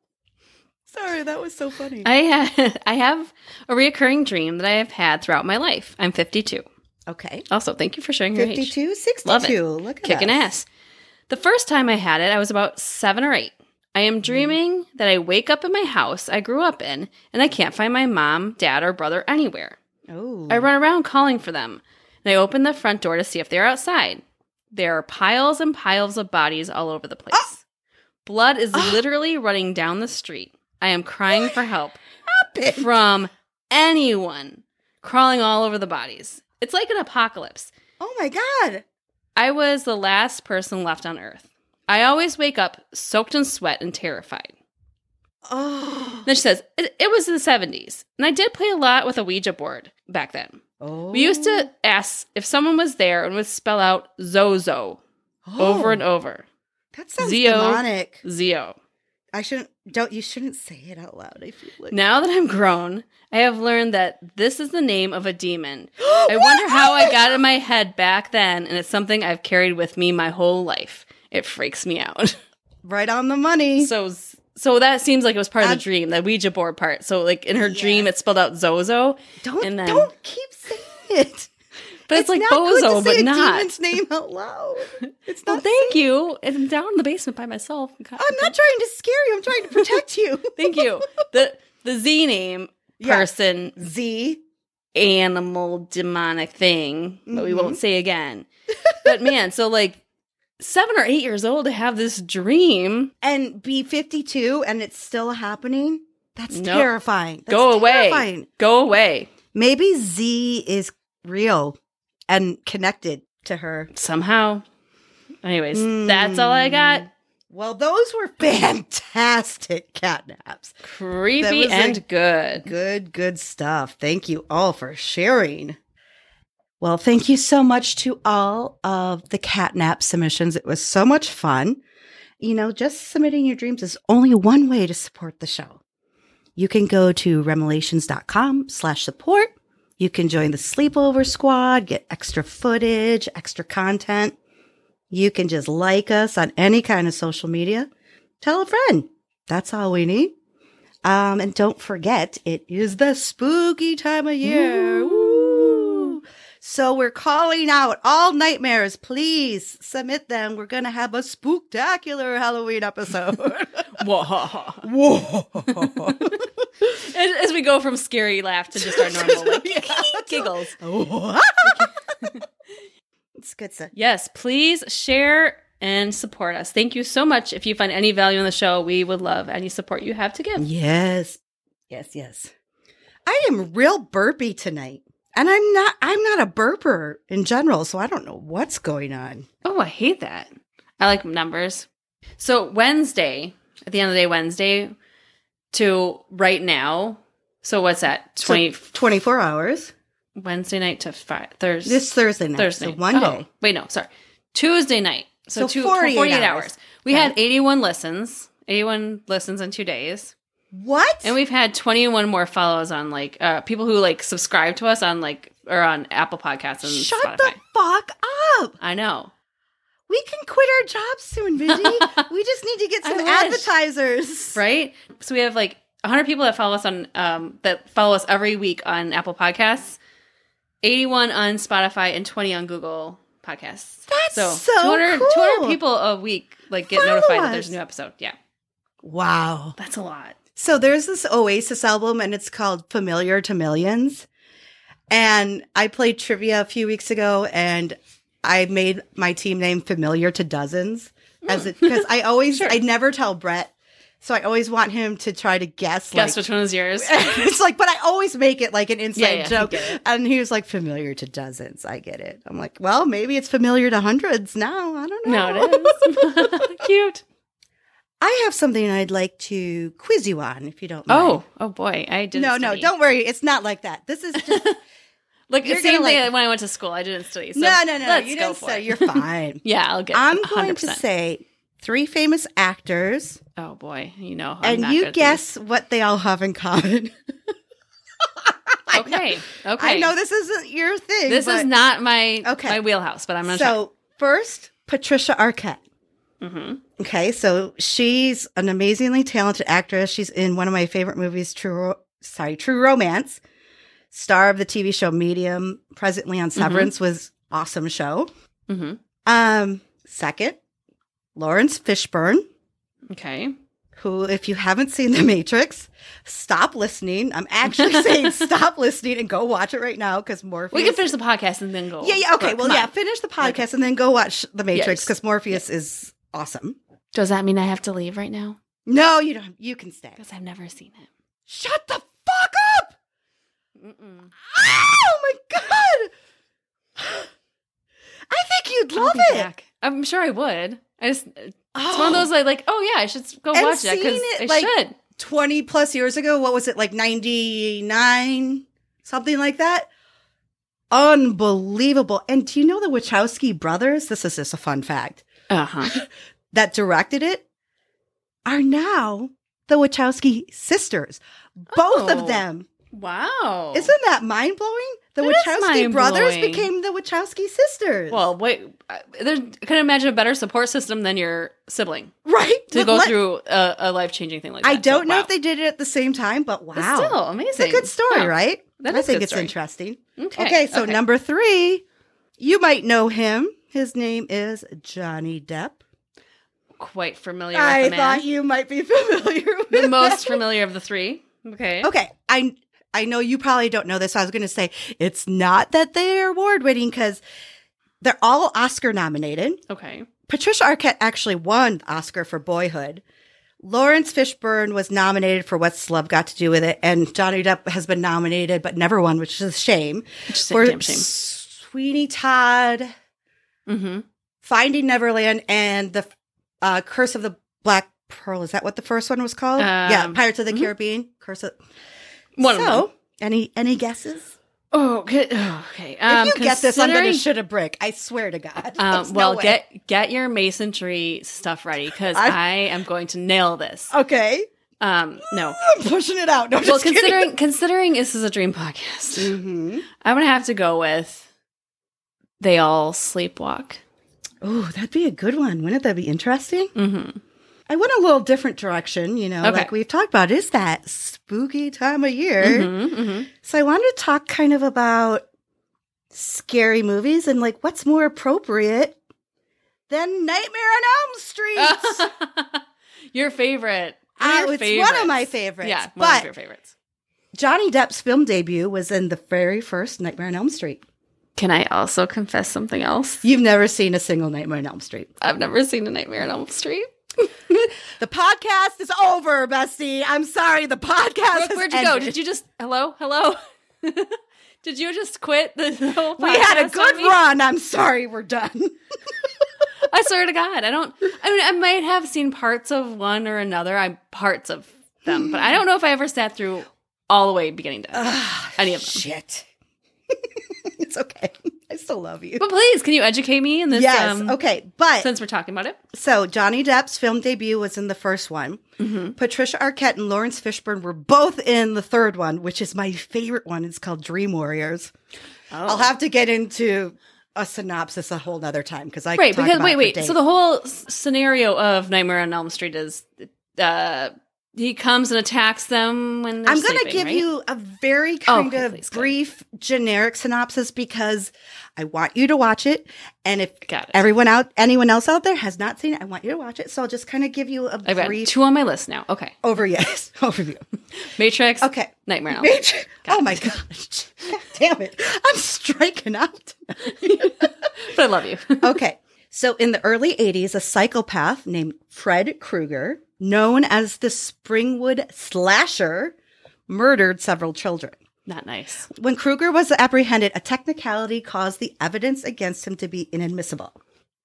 Sorry, that was so funny. I ha- I have a reoccurring dream that I have had throughout my life. I'm 52. okay, Also, thank you for sharing your age. 52, 62. Love it. Look at kicking us. ass. The first time I had it, I was about seven or eight. I am dreaming that I wake up in my house I grew up in, and I can't find my mom, dad, or brother anywhere. Oh, I run around calling for them, and I open the front door to see if they're outside. There are piles and piles of bodies all over the place. Blood is Ah. literally running down the street. I am crying for help it. from anyone crawling all over the bodies. It's like an apocalypse. Oh my god. I was the last person left on Earth. I always wake up soaked in sweat and terrified. Oh. Then she says, it, it was the 70s, and I did play a lot with a Ouija board back then. oh. We used to ask if someone was there and would spell out Zozo over and over. Oh. That sounds Zio. demonic. Zio. I shouldn't. Don't you shouldn't say it out loud. I feel like Now that I'm grown, I have learned that this is the name of a demon. I I wonder how I got it in my head back then, and it's something I've carried with me my whole life. It freaks me out. right on the money. So so that seems like it was part of Um, the dream, the Ouija board part. So like in her Yeah. dream, it spelled out Zozo, don't and then- don't keep saying it. but it's, like not good to Bozo, say but a not. demon's name out loud. It's Well, not. thank you. And I'm down in the basement by myself. God, I'm not trying to scare you. I'm trying to protect you. Thank you. The the Z name Yeah. person Z. animal demonic thing that we won't Mhm. say again. but man, so like seven or eight years old to have this dream. and be 52 and it's still happening that's Nope. terrifying That's Go away. terrifying. Go away maybe z is real and connected to her somehow. Anyways, that's all I got. Mm. well those were fantastic catnaps That Creepy was, and like, good. good good stuff thank you all for sharing well thank you so much to all of the catnap submissions it was so much fun you know, just submitting your dreams is only one way to support the show. You can go to remelations.com slash support. You can join the sleepover squad, get extra footage, extra content. You can just like us on any kind of social media. Tell a friend. That's all we need. Um, and don't forget, it is the spooky time of year. Woo. So we're calling out all nightmares. Please submit them. We're going to have a spooktacular Halloween episode. Whoa. Whoa. As as we go from scary laugh to just our normal like, giggles. it's good stuff. Yes, please share and support us. Thank you so much. If you find any value in the show, we would love any support you have to give. Yes. Yes, yes. I am real burpy tonight. And I'm not I'm not a burper in general, so I don't know what's going on. Oh, I hate that. I like numbers. So Wednesday, at the end of the day, Wednesday to right now. So what's that? So, Twenty 24 hours. Wednesday night to Friday, Thursday. This Thursday night. Thursday. So one Oh, day. Wait, no, sorry. Tuesday night. So, So two, 48 48, hours. hours. We Okay. had 81 listens, 81 listens in two days. What? And we've had 21 more follows on like uh, people who like subscribe to us on like or on Apple Podcasts and Shut Spotify. the fuck up. I know. We can quit our jobs soon, Vinny. we just need to get I some wish. advertisers. Right? So we have like 100 people that follow us on um that follow us every week on Apple Podcasts, 81 on Spotify and 20 on Google Podcasts. That's so 200, cool. 200 people a week like get Follow notified that there's us. a new episode. Yeah. Wow. That's a lot. So there's this Oasis album and it's called Familiar to Millions. And I played trivia a few weeks ago and I made my team name Familiar to Dozens Hmm. as it because I always I never tell Brett. So I always want him to try to guess like Guess which one is yours? it's like, but I always make it like an inside Yeah, yeah, I joke. get it. And he was like, familiar to dozens. I get it. I'm like, well, maybe it's familiar to hundreds now. I don't know. no, it is. Cute. I have something I'd like to quiz you on if you don't mind. Oh, oh boy. I didn't no, no, study. don't worry. It's not like that. This is just Like the You're same thing gonna, like- that when I went to school, I didn't study. So no, no, no. Let's you go didn't for say it. you're fine. yeah, I'll get. I'm 100%. going to say three famous actors, Oh boy, you know. I'm and not good you at these. guess what they all have in common. Okay. Okay. I know this isn't your thing. This but- is not my Okay. my wheelhouse, but I'm gonna so first Patricia Arquette. try. hmm Okay, so she's an amazingly talented actress. She's in one of my favorite movies, True Ro- sorry, True Romance. Star of the TV show Medium, presently Mm-hmm. on Severance, was awesome show. hmm Um, second, Lawrence Fishburne, Okay. who, if you haven't seen The Matrix, stop listening. I'm actually saying stop listening and go watch it right now because Morpheus. We can finish the podcast and then go. yeah, yeah, okay. Come Well, on. yeah, finish the podcast and then go watch The Matrix Yes. because Morpheus is awesome. Does that mean I have to leave right now? No, you don't. You can stay. Because I've never seen it. Shut the fuck up! Mm-mm. Oh my god! I think you'd I'll love be it. back. I'm sure I would. I just it's Oh, one of those like, like oh yeah, I should go And watch that because seeing it, I like- should. twenty plus years ago. What was it like? Ninety nine, something like that. Unbelievable. And do you know the Wachowski brothers? This is just a fun fact Uh huh. that directed it are now the Wachowski sisters. Both Oh. of them. Wow. Isn't that mind blowing? The That is Wachowski brothers mind-blowing. became the Wachowski sisters. Well, wait. I there- I couldn't imagine a better support system than your sibling right? to But go let- through a, a life changing thing like that. I So, don't know wow. if they did it at the same time, but wow. But Still amazing. it's a good story, Yeah. right? That I is a think good it's story. interesting. Okay. Okay, so number three, you might know him. His name is Johnny Depp. quite familiar. I with the man. thought you might be familiar with the most him. familiar of the three. Okay. Okay, I I know you probably don't know this. So I was going to say it's not that they're award winning because they're all Oscar nominated. Okay. Patricia Arquette actually won the Oscar for Boyhood. Lawrence Fishburne was nominated for What's Love Got to Do with It, and Johnny Depp has been nominated but never won, which is a shame. Just For damn shame. Sweeney Todd, Mm-hmm. Finding Neverland, and the uh, Curse of the Black Pearl. Is that what the first one was called? Um, yeah, Pirates of the mhm. Caribbean. Curse of One so, of them. Any any guesses? Oh, okay. Oh, okay. Um, if you get this, I'm going to considering- shoot a brick. I swear to God. There's Um, no well, way. get get your masonry stuff ready because I'm- I am going to nail this. okay. Um, no. I'm pushing it out. No, Well, just kidding. considering considering this is a dream podcast, Mhm. I'm gonna have to go with they all sleepwalk. Oh, that'd be a good one. Wouldn't that be interesting? Mm-hmm. I went a little different direction, you know, Okay. like we've talked about, is that spooky time of year. Mhm, mhm. So I wanted to talk kind of about scary movies and like what's more appropriate than Nightmare on Elm Street. Mm-hmm. your favorite. I- Your Uh, it's one of my favorites. favorites. Yeah, one but of your favorites. Johnny Depp's film debut was in the very first Nightmare on Elm Street. Can I also confess something else? You've never seen a single Nightmare on Elm Street. I've never seen a Nightmare on Elm Street. The podcast is over, Bestie. I'm sorry. The podcast. has Brooke, where'd you go? ended. Did you just hello, hello? Did you just quit the whole we had a podcast on good me? run. I'm sorry. We're done. I swear to God, I don't. I mean, I might have seen parts of one or another. I'm parts of them, but I don't know if I ever sat through all the way beginning to end. Any of them. Shit. it's okay. I still love you. But please, can you educate me in this? yes. um, okay. But Since we're talking about it, so Johnny Depp's film debut was in the first one. Mm-hmm. Patricia Arquette and Lawrence Fishburne were both in the third one, which is my favorite one. It's called Dream Warriors. Oh. I'll have to get into a synopsis a whole nother time because I could right talk because about it wait, for wait. days. So the whole s- scenario of Nightmare on Elm Street is uh, he comes and attacks them when they're I'm going to sleeping, give right? you a very kind okay, of please, go. brief generic synopsis because I want you to watch it and if Got it. everyone out anyone else out there has not seen it, I want you to watch it. So I'll just kind of give you a I've got brief two on my list now. Okay, over yes, overview. Matrix. Okay. Nightmare on Elm Street. Bitch. Oh my gosh. God damn it. I'm striking out. But I love you. Okay. So in the early 80s, a psychopath named Fred Krueger, known as the Springwood Slasher, murdered several children. Not nice. When Krueger was apprehended, a technicality caused the evidence against him to be inadmissible,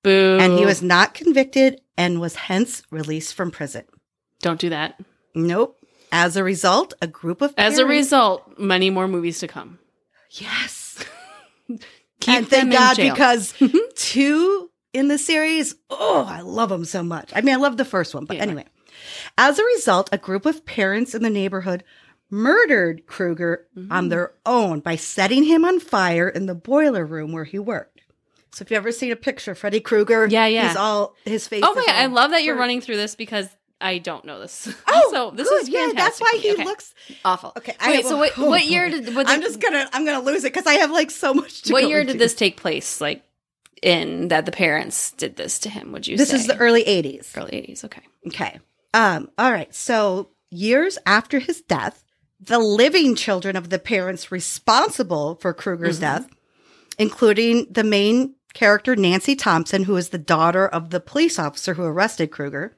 Boo. and he was not convicted and was hence released from prison. Don't do that. Nope. As a result, a group of As a parents- result, many more movies to come. yes, Keep and thank them God in jail. because two in the series, oh, I love them so much. I mean, I love the first one, but Yeah. anyway. As a result, a group of parents in the neighborhood murdered Krueger Mm-hmm. on their own by setting him on fire in the boiler room where he worked. So if you ever seen a picture of Freddy Krueger, Yeah, yeah. he's all his face. oh my is God, I all love that you're burnt. running through this because I don't know this. Oh, so this good. is yeah. fantastic. That's why to me. he Okay. looks awful. okay. I Wait. have So a- what? oh, What year boy. did? What, I'm just gonna I'm gonna lose it because I have like so much. To what go year into. did this take place? Like in that the parents did this to him? Would you? This say? is the early '80s. early eighties. Okay. Okay. Um, all right. So years after his death, the living children of the parents responsible for Kruger's death, including the main character Nancy Thompson, who is the daughter of the police officer who arrested Kruger.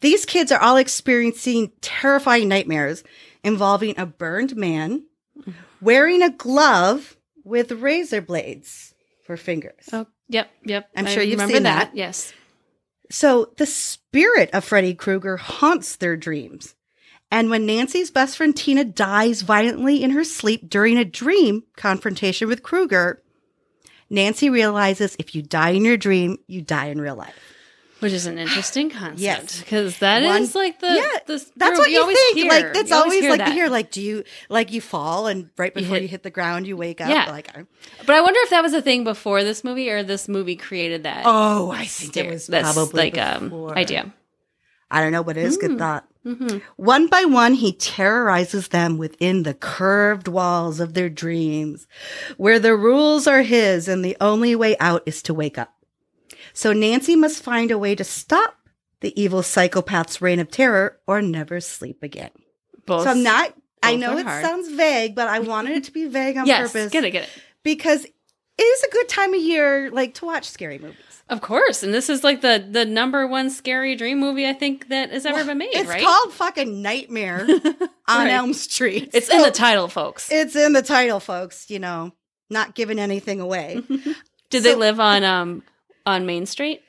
These kids are all experiencing terrifying nightmares involving a burned man wearing a glove with razor blades for fingers. Oh, yep, yep. I'm I sure you've remember seen that. Yes. So the spirit of Freddy Krueger haunts their dreams. And when Nancy's best friend Tina dies violently in her sleep during a dream confrontation with Krueger, Nancy realizes if you die in your dream, you die in real life. Which is an interesting concept. Yes. Because that is One- like the Yeah, the- That's what you, always think. hear- Like that's you always, hear like that. you hear. Like do you like you fall and right before you hit, hit- the ground you wake up? Yeah. Like But I wonder if that was a thing before this movie or this movie created that. oh, I think stare- it was that's probably like um before. idea. I don't know, but it is good thought. Mhm. One by one, he terrorizes them within the curved walls of their dreams, where the rules are his and the only way out is to wake up. So Nancy must find a way to stop the evil psychopath's reign of terror or never sleep again. Both. so I'm not, I both know are it hard. sounds vague, but I wanted it to be vague on yes, purpose get it, get it. because it is a good time of year, like to watch scary movies. Of course, and this is like the the number one scary dream movie I think that has ever been made. It's right? called fucking Nightmare on Right. Elm Street. It's in the title, folks. It's in the title, folks. You know, not giving anything away. Mm-hmm. Did they so- live on um on Main Street?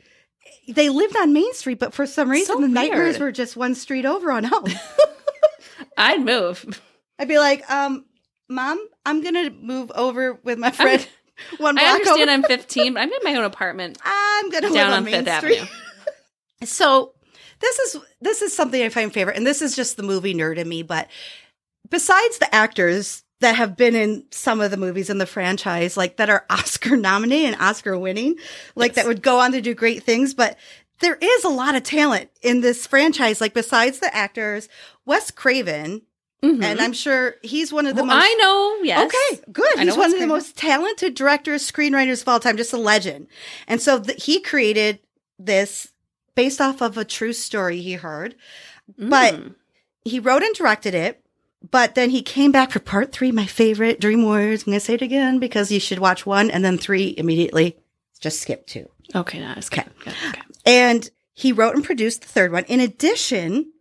they lived on Main Street, but for some reason, So the nightmares weird. were just one street over on Elm. I'd move. I'd be like, um, "Mom, I'm gonna move over with my I'm- friend one block I understand over. I'm 15, but I'm in my own apartment I'm gonna live down on, on Main Fifth Street." Avenue. So this is this is something I find favorite, and this is just the movie nerd in me. But besides the actors that have been in some of the movies in the franchise, like that are Oscar nominated and Oscar winning, like that would go on to do great things, but there is a lot of talent in this franchise. Like besides the actors, Wes Craven, Mhm. and I'm sure he's one of the Well, most. I know, yes. Okay, good. I know He's one Wes of the Craven. most talented directors, screenwriters of all time, just a legend. And so th- he created this based off of a true story he heard. but- Mm. He wrote and directed it, but then he came back for part three, my favorite, Dream Warriors. I'm going to say it again because you should watch one and then three immediately. Just skip two. okay, no, it's good. Good, okay. And he wrote and produced the third one. In addition,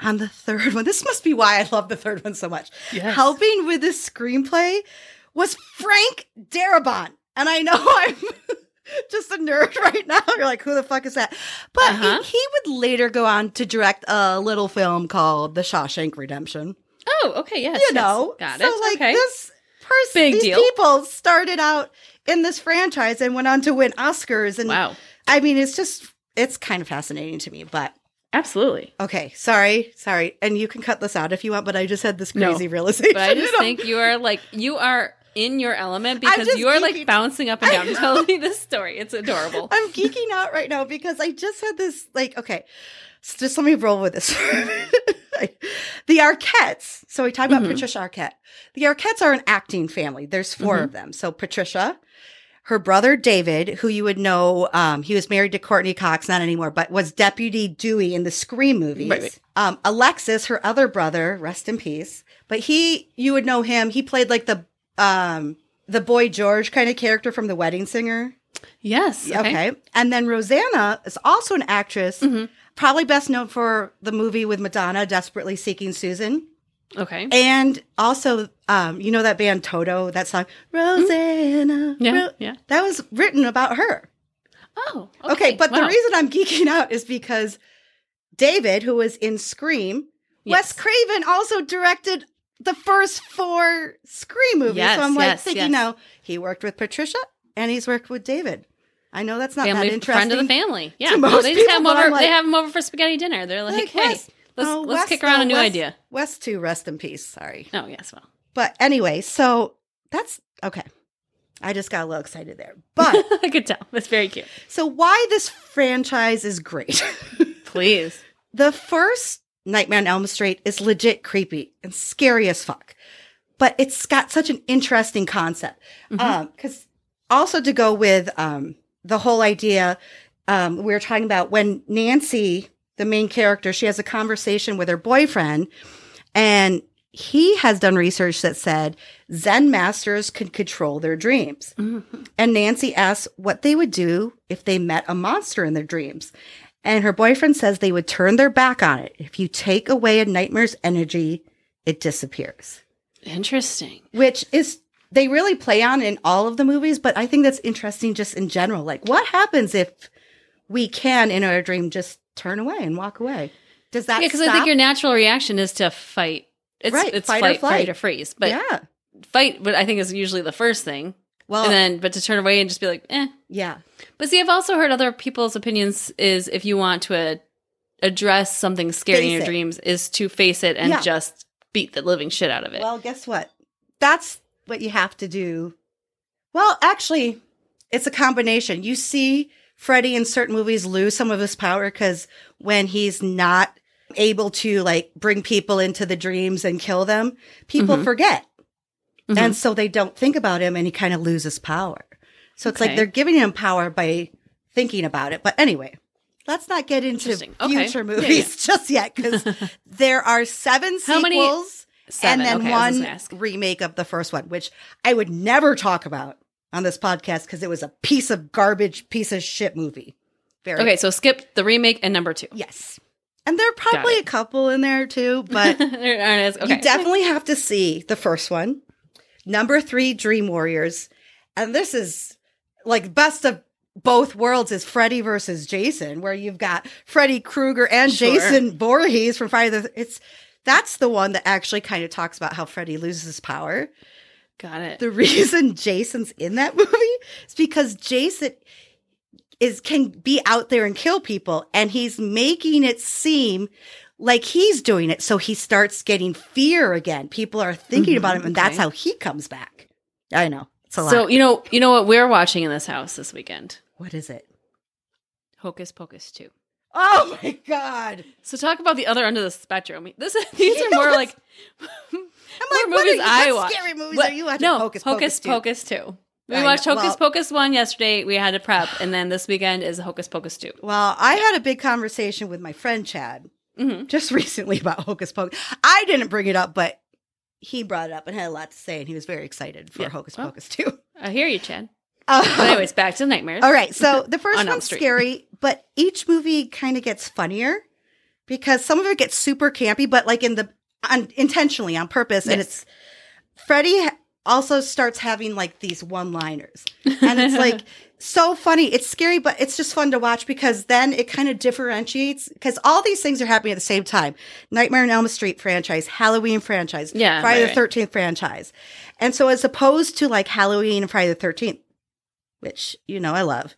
on the third one, this must be why I love the third one so much. Yes. Helping with the screenplay was Frank Darabont. And I know I'm just a nerd right now. You're like, who the fuck is that? But he- Uh-huh. he, would later go on to direct a little film called The Shawshank Redemption. Oh, okay, yes. yes. you know, got so it. like okay. this person, Big these deal. people started out in this franchise and went on to win Oscars and wow, I mean, it's just it's kind of fascinating to me, but absolutely. okay, sorry, sorry. And you can cut this out if you want, but I just had this No. crazy realization. But I just of- think you are like you are in your element I'm because just you are geeking. like bouncing up and down. Tell me this story. It's adorable. I'm geeking out right now because I just had this like, okay, so just let me roll with this. the Arquettes. So we talked about Mhm. Patricia Arquette. The Arquettes are an acting family. There's 4 Mm-hmm. of them. So Patricia, her brother David, who you would know, um, he was married to Courtney Cox, not anymore, but was Deputy Dewey in the Scream movies. Right, right. Um, Alexis, her other brother, rest in peace. But he, you would know him. He played like the um, the boy George kind of character from The Wedding Singer. Yes. Okay. And then Rosanna is also an actress, Mhm. probably best known for the movie with Madonna, Desperately Seeking Susan. Okay. And also, um, you know that band Toto, that song, Rosanna. Mm-hmm. Yeah. Ro- yeah. that was written about her. Oh. Okay. but the wow. reason I'm geeking out is because David, who was in Scream, Wes Yes. Craven also directed the first four Scream movies. Yes, so I'm like yes, thinking, yes. now he worked with Patricia and he's worked with David. I know that's not that family interesting. friend of the family. Yeah. to Well, most they just have people, them but I'm over. like- they have them over for spaghetti dinner. They're like, Like, hey, Wes- let's oh, let's Wes, kick around though, a new Wes- idea. Wes too, rest in peace. Sorry. Oh yes. Well. But anyway, so that's okay. I just got a little excited there. But I could tell. That's very cute. so why this franchise is great. Please. the first Nightmare on Elm Street is legit creepy and scary as fuck. But it's got such an interesting concept. Mhm. Um, cause also to go with um the whole idea, um, we were talking about when Nancy, the main character, she has a conversation with her boyfriend, and he has done research that said Zen masters could control their dreams. Mhm. And Nancy asks what they would do if they met a monster in their dreams. And her boyfriend says they would turn their back on it. If you take away a nightmare's energy, it disappears, Interesting. which is they really play on in all of the movies, but I think that's interesting just in general. Like, what happens if we can, in our dream, just turn away and walk away? Does that Yeah, because I think your stop- natural reaction is to fight. It's, Right, it's fight fight, or fight, flight. or freeze. But yeah. fight, but I think is usually the first thing. Well, and then, but to turn away and just be like, eh. yeah, But see, I've also heard other people's opinions is if you want to uh, address something scary in Face your it. dreams, is to face it and Yeah. just beat the living shit out of it. Well, guess what? That's what you have to do. Well, actually, it's a combination. You see Freddy in certain movies lose some of his power because when he's not able to like bring people into the dreams and kill them, people Mhm. forget. Mhm. And so they don't think about him and he kind of loses power. So it's like Okay. they're giving him power by thinking about it. But anyway, let's not get into Interesting. Okay. future Yeah, movies just yet because Seven, there are seven How sequels many- and then okay, I was just gonna one ask. remake of the first one, which I would never talk about on this podcast because it was a piece of garbage, piece of shit movie. Very Okay, so skip the remake and number two. Yes. And there are probably it. a couple in there too, but There aren't as- okay. you definitely have to see the first one. Number three, Dream Warriors. And this is like best of both worlds is Freddy versus Jason, where you've got Freddy Krueger and Sure. Jason Voorhees from Friday the it's that's the one that actually kind of talks about how Freddy loses his power Got it. the reason Jason's in that movie is because Jason is can be out there and kill people and he's making it seem like he's doing it so he starts getting fear again. People are thinking Mhm, about him and that's okay. how he comes back. I know. It's a So lot. you know, you know what we're watching in this house this weekend. What is it? Hocus Pocus 2. Oh my god! So talk about the other end of the spectrum. This these are more Yes. like I'm more like, what movies are you- I what watch. Scary movies What- are you watching? No, Hocus Pocus. too. Pocus 2. We I know. watched Hocus Well- Pocus 1 yesterday. We had to prep. And then this weekend is Hocus Pocus 2. Well, I had a big conversation with my friend Chad Mhm. just recently about Hocus Pocus. I didn't bring it up, but he brought it up and had a lot to say, and he was very excited for Yeah. Hocus Well. Pocus too. I hear you, Chad. Uh, But anyways, back to Nightmares. all right. So the first On Elm one's Street. scary, but each movie kind of gets funnier because some of it gets super campy, but like in the on, intentionally on purpose, and Yes. it's Freddie ha- also starts having like these one liners. and it's like so funny. It's scary, but it's just fun to watch because then it kind of differentiates because all these things are happening at the same time. Nightmare on Elm Street franchise, Halloween franchise, Yeah, Friday right, the Thirteenth franchise, and so as opposed to like Halloween and Friday the Thirteenth, which you know I love,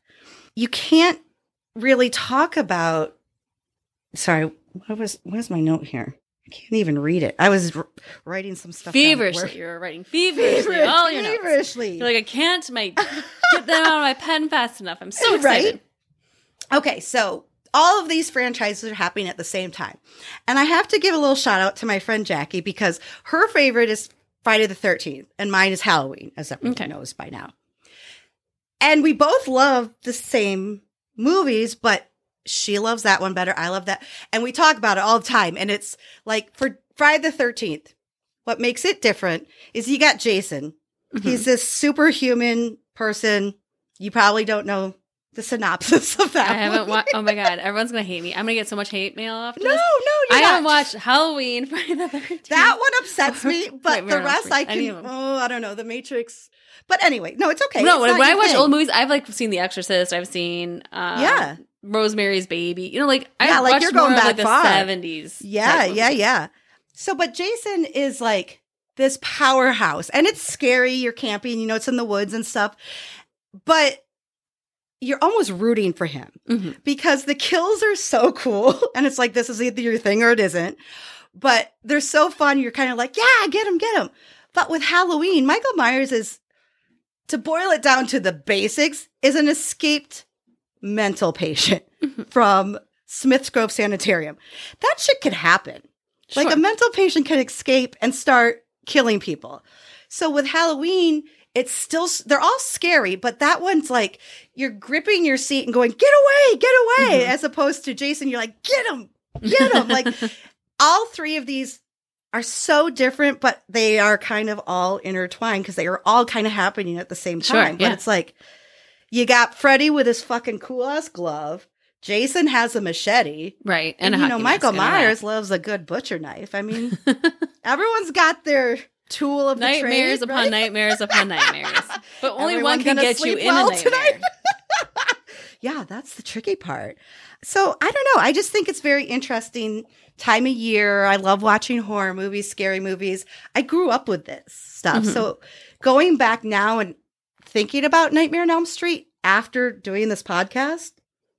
you can't really talk about. Sorry, what was where's my note here? I can't even read it. I was r- writing some stuff down at feverishly. work. You're writing feverishly all your notes. feverishly. You're like, I can't my, get them out of my pen fast enough. I'm so excited. Right? Okay, so all of these franchises are happening at the same time. And I have to give a little shout out to my friend Jackie because her favorite is Friday the 13th and mine is Halloween, as everyone Okay. knows by now. And we both love the same movies, but she loves that one better. I love that. And we talk about it all the time. And it's like for Friday the 13th, what makes it different is you got Jason. Mm-hmm. He's this superhuman person. You probably don't know the synopsis of that. I haven't one. watched. Oh my god, everyone's gonna hate me. I'm gonna get so much hate mail after No, this. no, I you're haven't not. watched Halloween Friday the 13th. That one upsets me, but Nightmare the on Elm rest Street. I Any can. of 'em. Oh, I don't know. The Matrix. But anyway, no, it's okay. No, It's when, not when I your watch thing. old movies, I've like seen The Exorcist. I've seen um, Yeah. Rosemary's Baby. You know, like Yeah, I like, watched you're going more back of, like the far. 70s. Yeah, type movies. yeah, yeah. So, but Jason is like this powerhouse, and it's scary. You're camping, you know, it's in the woods and stuff, but you're almost rooting for him Mhm. because the kills are so cool, and it's like this is either your thing or it isn't. But they're so fun. You're kind of like, yeah, get him, get him. But with Halloween, Michael Myers is, to boil it down to the basics, is an escaped mental patient from Smiths Grove Sanitarium. That shit could happen. Like Sure. a mental patient can escape and start killing people. So with Halloween, it's still, s- they're all scary, but that one's like you're gripping your seat and going, get away, get away, Mm-hmm. as opposed to Jason, you're like, get him, get him. like all three of these are so different, but they are kind of all intertwined because they are all kind of happening at the same Sure, time. But yeah. it's like you got Freddy with his fucking cool ass glove. Jason has a machete. right. And, And, a you know, hockey Michael mask and all that. Myers loves a good butcher knife. I mean, everyone's got their tool of the trade, Nightmares upon right? nightmares upon nightmares. But only Everyone one can gonna get you sleep in well a nightmare. Yeah, that's the tricky part. So I don't know. I just think it's very interesting time of year. I love watching horror movies, scary movies. I grew up with this stuff. Mhm. So going back now and thinking about Nightmare on Elm Street after doing this podcast,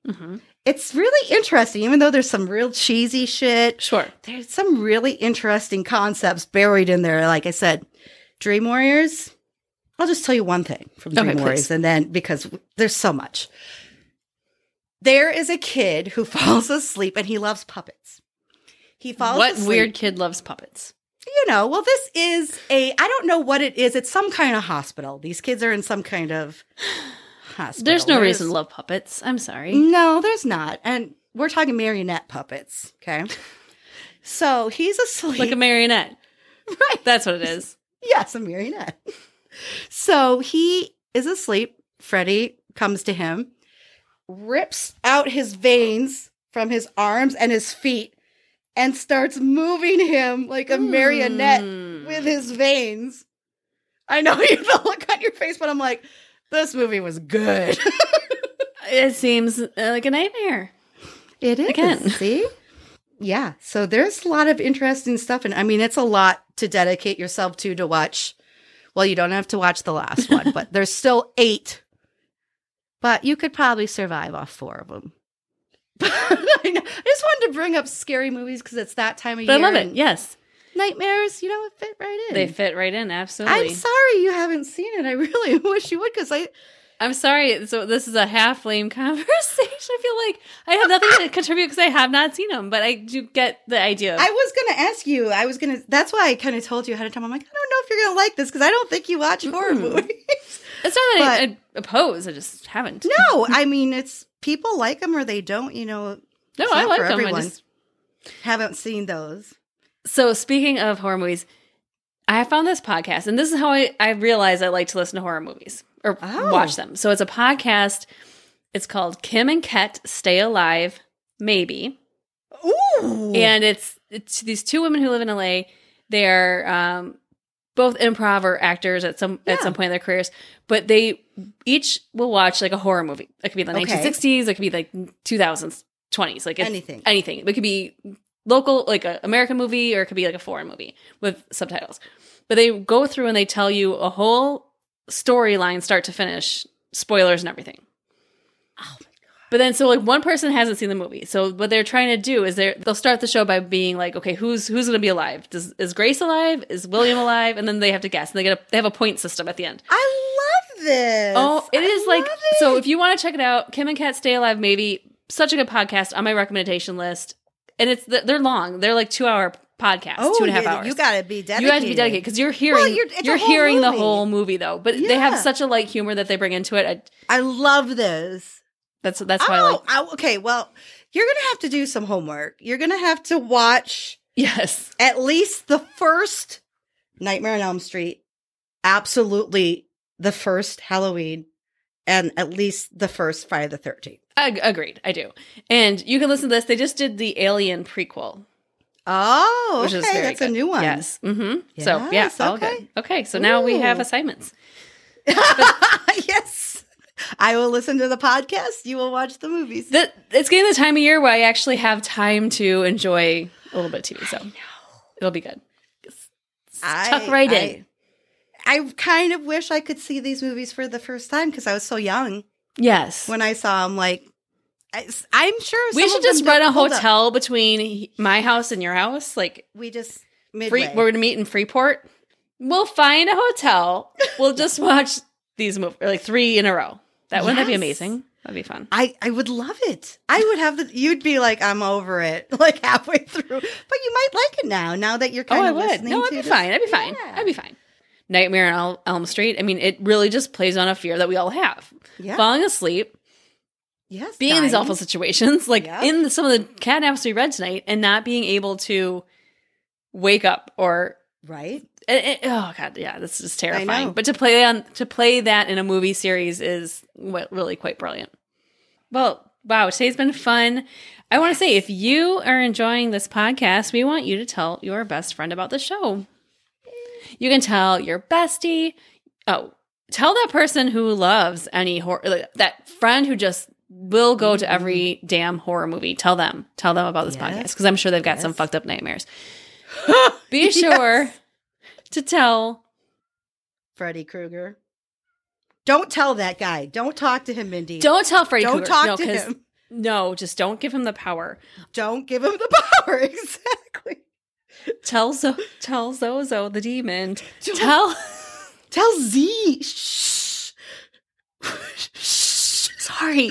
hmm it's really interesting. Even though there's some real cheesy shit, Sure. there's some really interesting concepts buried in there. Like I said, Dream Warriors. I'll just tell you one thing from Dream Okay, please. Warriors, and then because there's so much. There is a kid who falls asleep and he loves puppets. He falls What asleep. weird kid loves puppets? you know, well, this is a I don't know what it is. It's some kind of hospital. These kids are in some kind of hospital. There's no There reason is- to love puppets. I'm sorry. no, there's not. And we're talking marionette puppets. Okay. So he's asleep. Like a marionette. Right. That's what it is. Yes, a marionette. So he is asleep. Freddy comes to him, rips out his veins from his arms and his feet, and starts moving him like Hmm. a marionette Mm. with his veins. I know you the look on your face, but I'm like, this movie was good. It seems uh, like a nightmare. It is. Again. See? Yeah. So there's a lot of interesting stuff. And I mean, it's a lot to dedicate yourself to to watch. Well, you don't have to watch the last one, but there's still eight. But you could probably survive off four of them. I, know. I just wanted to bring up scary movies because it's that time of But I year. love it. and Yes. Nightmares, you know, it fit right in. They fit right in. Absolutely. I'm sorry you haven't seen it. I really wish you would because I I'm sorry. So this is a half lame conversation. I feel like I have nothing to contribute because I have not seen them, but I do get the idea. I was gonna ask you. I was gonna. That's why I kind of told you ahead of time. I'm like, I don't know if you're gonna like this because I don't think you watch horror Mm-mm. movies. it's not that I, I oppose. I just haven't. no, I mean it's people like them or they don't. You know, No, it's I not like for them. I everyone. just, haven't seen those. so speaking of horror movies, I found this podcast, and this is how I, I realize I like to listen to horror movies or Oh. watch them. So it's a podcast. It's called Kim and Ket Stay Alive, Maybe. Ooh, and it's it's these two women who live in LA. They're um, both improv or actors at some at Yeah. some point in their careers, but they each will watch like a horror movie. It could be the Okay. 1960s, it could be like 2000s, 20s, like it's anything. anything. It could be local, like a American movie, or it could be like a foreign movie with subtitles. But they go through and they tell you a whole storyline, start to finish, spoilers and everything. Oh my But then, so like one person hasn't seen the movie. So what they're trying to do is they they'll start the show by being like, okay, who's who's going to be alive? Does, is Grace alive? Is William alive? And then they have to guess, and they get a, they have a point system at the end. I love this. Oh, it I is like love so. it. If you want to check it out, Kim and Kat Stay Alive, maybe such a good podcast on my recommendation list. And it's they're long. They're like two hour podcasts, Oh, two and a half you, hours. You gotta be dedicated. You have to be dedicated because you're hearing Well, you're- it's a you're whole hearing the movie. whole movie though. But they have Yeah. such a light humor that they bring into it. I, I love this. that's that's why I oh, like I- okay. Well, you're gonna have to do some homework. You're gonna have to watch yes. at least the first Nightmare on Elm Street, absolutely the first Halloween, and at least the first Friday the Thirteenth. Ag- agreed, I do. And you can listen to this. They just did the Alien prequel, Oh, which is okay, very that's a good. new one. Yes. hmm so yeah, Yes, all okay. good. Okay, so now we have Ooh. assignments. yes. I will listen to the podcast. You will watch the movies. Th- it's getting the time of year where I actually have time to enjoy a little bit of TV. So it'll be good. Tuck right in. I, I kind of wish I could see these movies for the first time because I was so young Yes. when I saw them. Like, I, am sure we some should of them just rent a don't hold up. hotel between he- my house and your house. Like We just free, midway. we're gonna meet in Freeport. We'll find a hotel. We'll just watch these movies, like three in a row. That wouldn't that be Yes. amazing? That'd be fun. I, I would love it. I would have the. You'd be like, I'm over it, like halfway through. But you might like it now. Now that you're kind oh, I of would. listening No, to I'd be this- fine. I'd be fine. Yeah. I'd be fine. Nightmare on El- Elm Street. I mean, it really just plays on a fear that we all have: Yeah. falling asleep, Yes. being in these dying. awful situations, like Yeah. in the, some of the catnaps we read tonight, and not being able to wake up or. Right. it- it- oh god, yeah, this is know. terrifying. But to play on to play that in a movie series is what really quite brilliant. Well, wow, today's been fun. I want to say if you are enjoying this podcast, we want you to tell your best friend about the show. You can tell your bestie. Oh, tell that person who loves any horror, like, that friend who just will go to every damn horror movie. Tell them, tell them about this Mm-hmm. Yes. podcast because I'm sure they've got some Yes. fucked up nightmares. Be sure to tell. Freddy Krueger. Don't tell that guy. Don't talk to him, Mindy. Don't tell Freddy Don't Krueger. talk no, to 'cause- him. No, just don't give him the power. Don't give him the power. Exactly. Tell Zo- tell Zozo the demon. Don't- Tell Tell Z. Shh. Shh. sorry.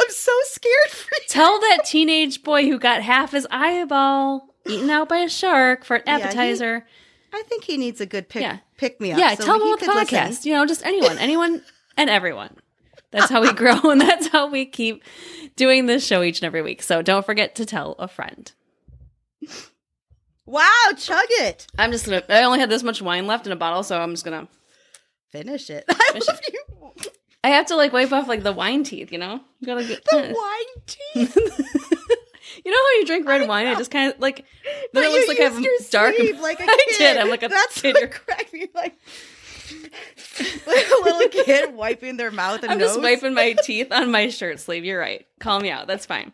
I'm so scared for you. Tell that teenage boy who got half his eyeball eaten out by a shark for an Yeah, he- appetizer. I think he needs a good pick Yeah. pick me Yeah, up. so tell him he about the could podcast. listen. You know, just anyone, anyone and everyone. That's how we grow and that's how we keep doing this show each and every week. So don't forget to tell a friend. Wow, chug it. I'm just gonna I only had this much wine left in a bottle, so I'm just gonna Finish it. I Finish love you. I have to like wipe off like the wine teeth, you know? You gotta get The wine tea. You know how you drink red wine? I just kind of like. Then it looks like I have dark. sleeve like a kid. I did. I'm like a That's kid. what cracked me like like a little kid wiping their mouth and I'm nose. just wiping my teeth on my shirt sleeve. You're right. Call me out. That's fine.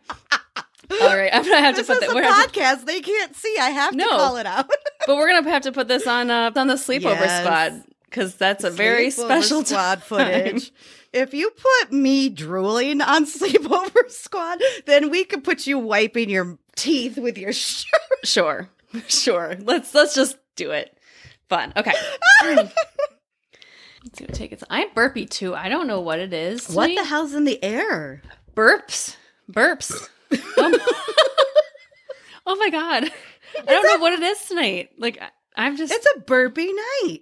All right, I'm gonna have to This put is that. a We're gonna have to- podcast. They can't see. I have No. to call it out. but we're gonna have to put this on uh, on the sleepover Yes. squad because that's a very Sleepover special squad time. footage. If you put me drooling on sleepover squad, then we could put you wiping your teeth with your shirt. Sure, sure. Let's let's just do it. Fun. Okay. Let's see what take it's. I'm burpy too. I don't know what it is. What today. the hell's in the air? burps? Burps. oh, my- Oh my god. I don't know what it is tonight. Like I- I'm just It's a burpy night.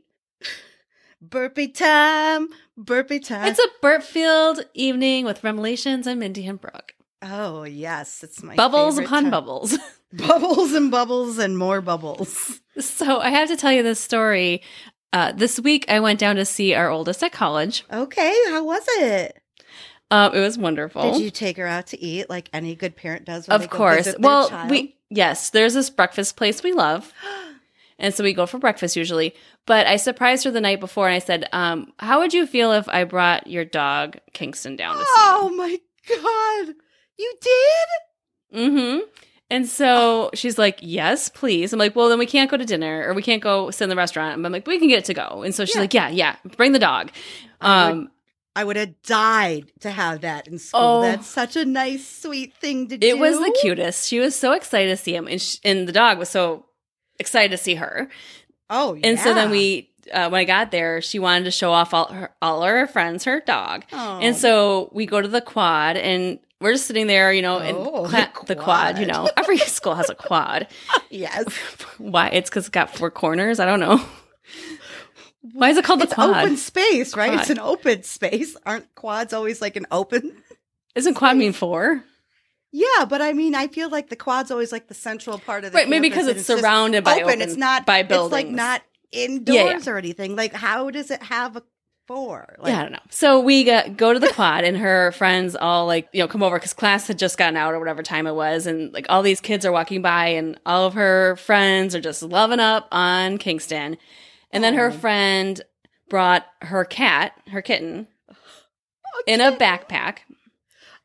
Burpy time. Burpy time. It's a Burtfield evening with Revelations and Mindy and Brooke. oh yes, it's my bubbles favorite upon time. bubbles. Bubbles and bubbles and more bubbles. so I have to tell you this story. Uh, this week I went down to see our oldest at college. Okay, how was it? Um, it was wonderful. Did you take her out to eat like any good parent does? When they of go course. visit their Well, child? we yes, there's this breakfast place we love. And so we go for breakfast usually. But I surprised her the night before and I said, um, how would you feel if I brought your dog Kingston down to see? Oh my god, you did? Mm-hmm. And so she's like, "Yes, please." I'm like, "Well, then we can't go to dinner, or we can't go sit in the restaurant." And I'm like, "We can get it to go." And so she's Yeah. like, "Yeah, yeah, bring the dog." I would Um, I would have died to have that in school. Oh. That's such a nice, sweet thing to do. it was the cutest. She was so excited to see him, and sh and the dog was so excited to see her. Oh, And so then yeah. we, uh, when I got there, she wanted to show off all her all her friends her dog, Oh. and so we go to the quad and. We're just sitting there, you know, in Oh, cla- the quad, you quad. know. Every school has a quad. yes, Why? It's because it's got four corners. I don't know. Why is it called the it's quad? open space, right? It's Quad. an open space. Aren't quads always like an open? Isn't quad mean four? Yeah, but I mean, I feel like the quad's always like the central part of the Right, maybe campus, because and it's just surrounded by open. open- It's not by It's like buildings. not indoors yeah. or anything. Like, how does it have a four? Like, yeah, I don't know. So we got, go to the quad, and her friends all like you know come over because class had just gotten out or whatever time it was, and like all these kids are walking by, and all of her friends are just loving up on Kingston, and then her Oh. friend brought her cat, her kitten, in a backpack.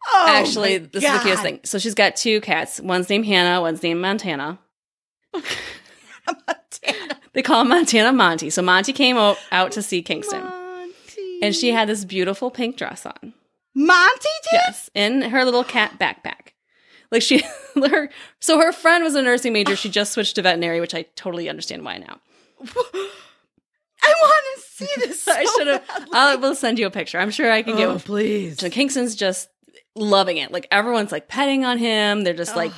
Oh, Actually, my this is the cutest God. thing. So she's got two cats. One's named Hannah. One's named Montana. Montana. They call him Montana Monty. So Monty came o- out to see Kingston, Monty. and she had this beautiful pink dress on. Monty did. Yes, in her little cat backpack. Like she, her, so her friend was a nursing major. She just switched to veterinary, which I totally understand why now. I want to see this. I so should have. badly. I will send you a picture. I'm sure I can get Oh, one. please. So Kingston's just loving it. Like everyone's like petting on him. They're just like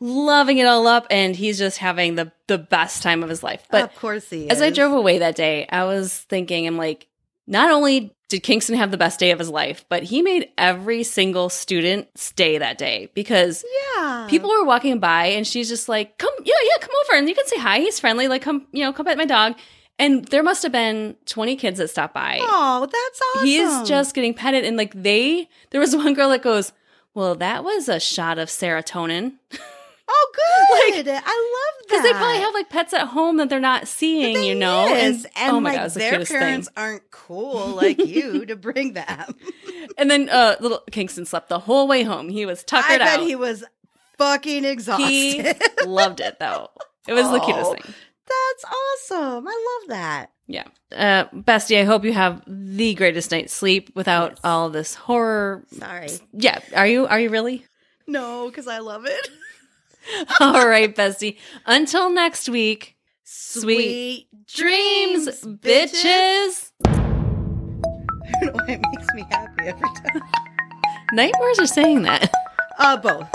loving it all up, and he's just having the the best time of his life. But of course he is. As I drove away that day, I was thinking, I'm like, not only did Kingston have the best day of his life, but he made every single student stay that day because yeah, people were walking by and she's just like, come, yeah, yeah, come over and you can say hi. He's friendly. Like, come, you know, come pet my dog. And there must have been 20 kids that stopped by. Oh, that's awesome. He's just getting petted. And like, they, there was one girl that goes, well, that was a shot of serotonin. oh good. I love that Because they probably have like pets at home that they're not seeing, Thing you know? is, and oh my like God, it's the their cutest thing. parents aren't cool like you to bring them. And then uh, little Kingston slept the whole way home. He was I tuckered bet out. he was fucking exhausted. He loved it though. It was the cutest Oh. thing. that's awesome. I love that. Yeah. Uh, Bestie, I hope you have the greatest night's sleep without Yes. all this horror. Sorry, Yeah. Are you? Are you really? no, because I love it. all right, Bestie. Until next week. Sweet Dreams, bitches. I don't know why it makes me happy every time. Nightmares are saying that. Uh, both.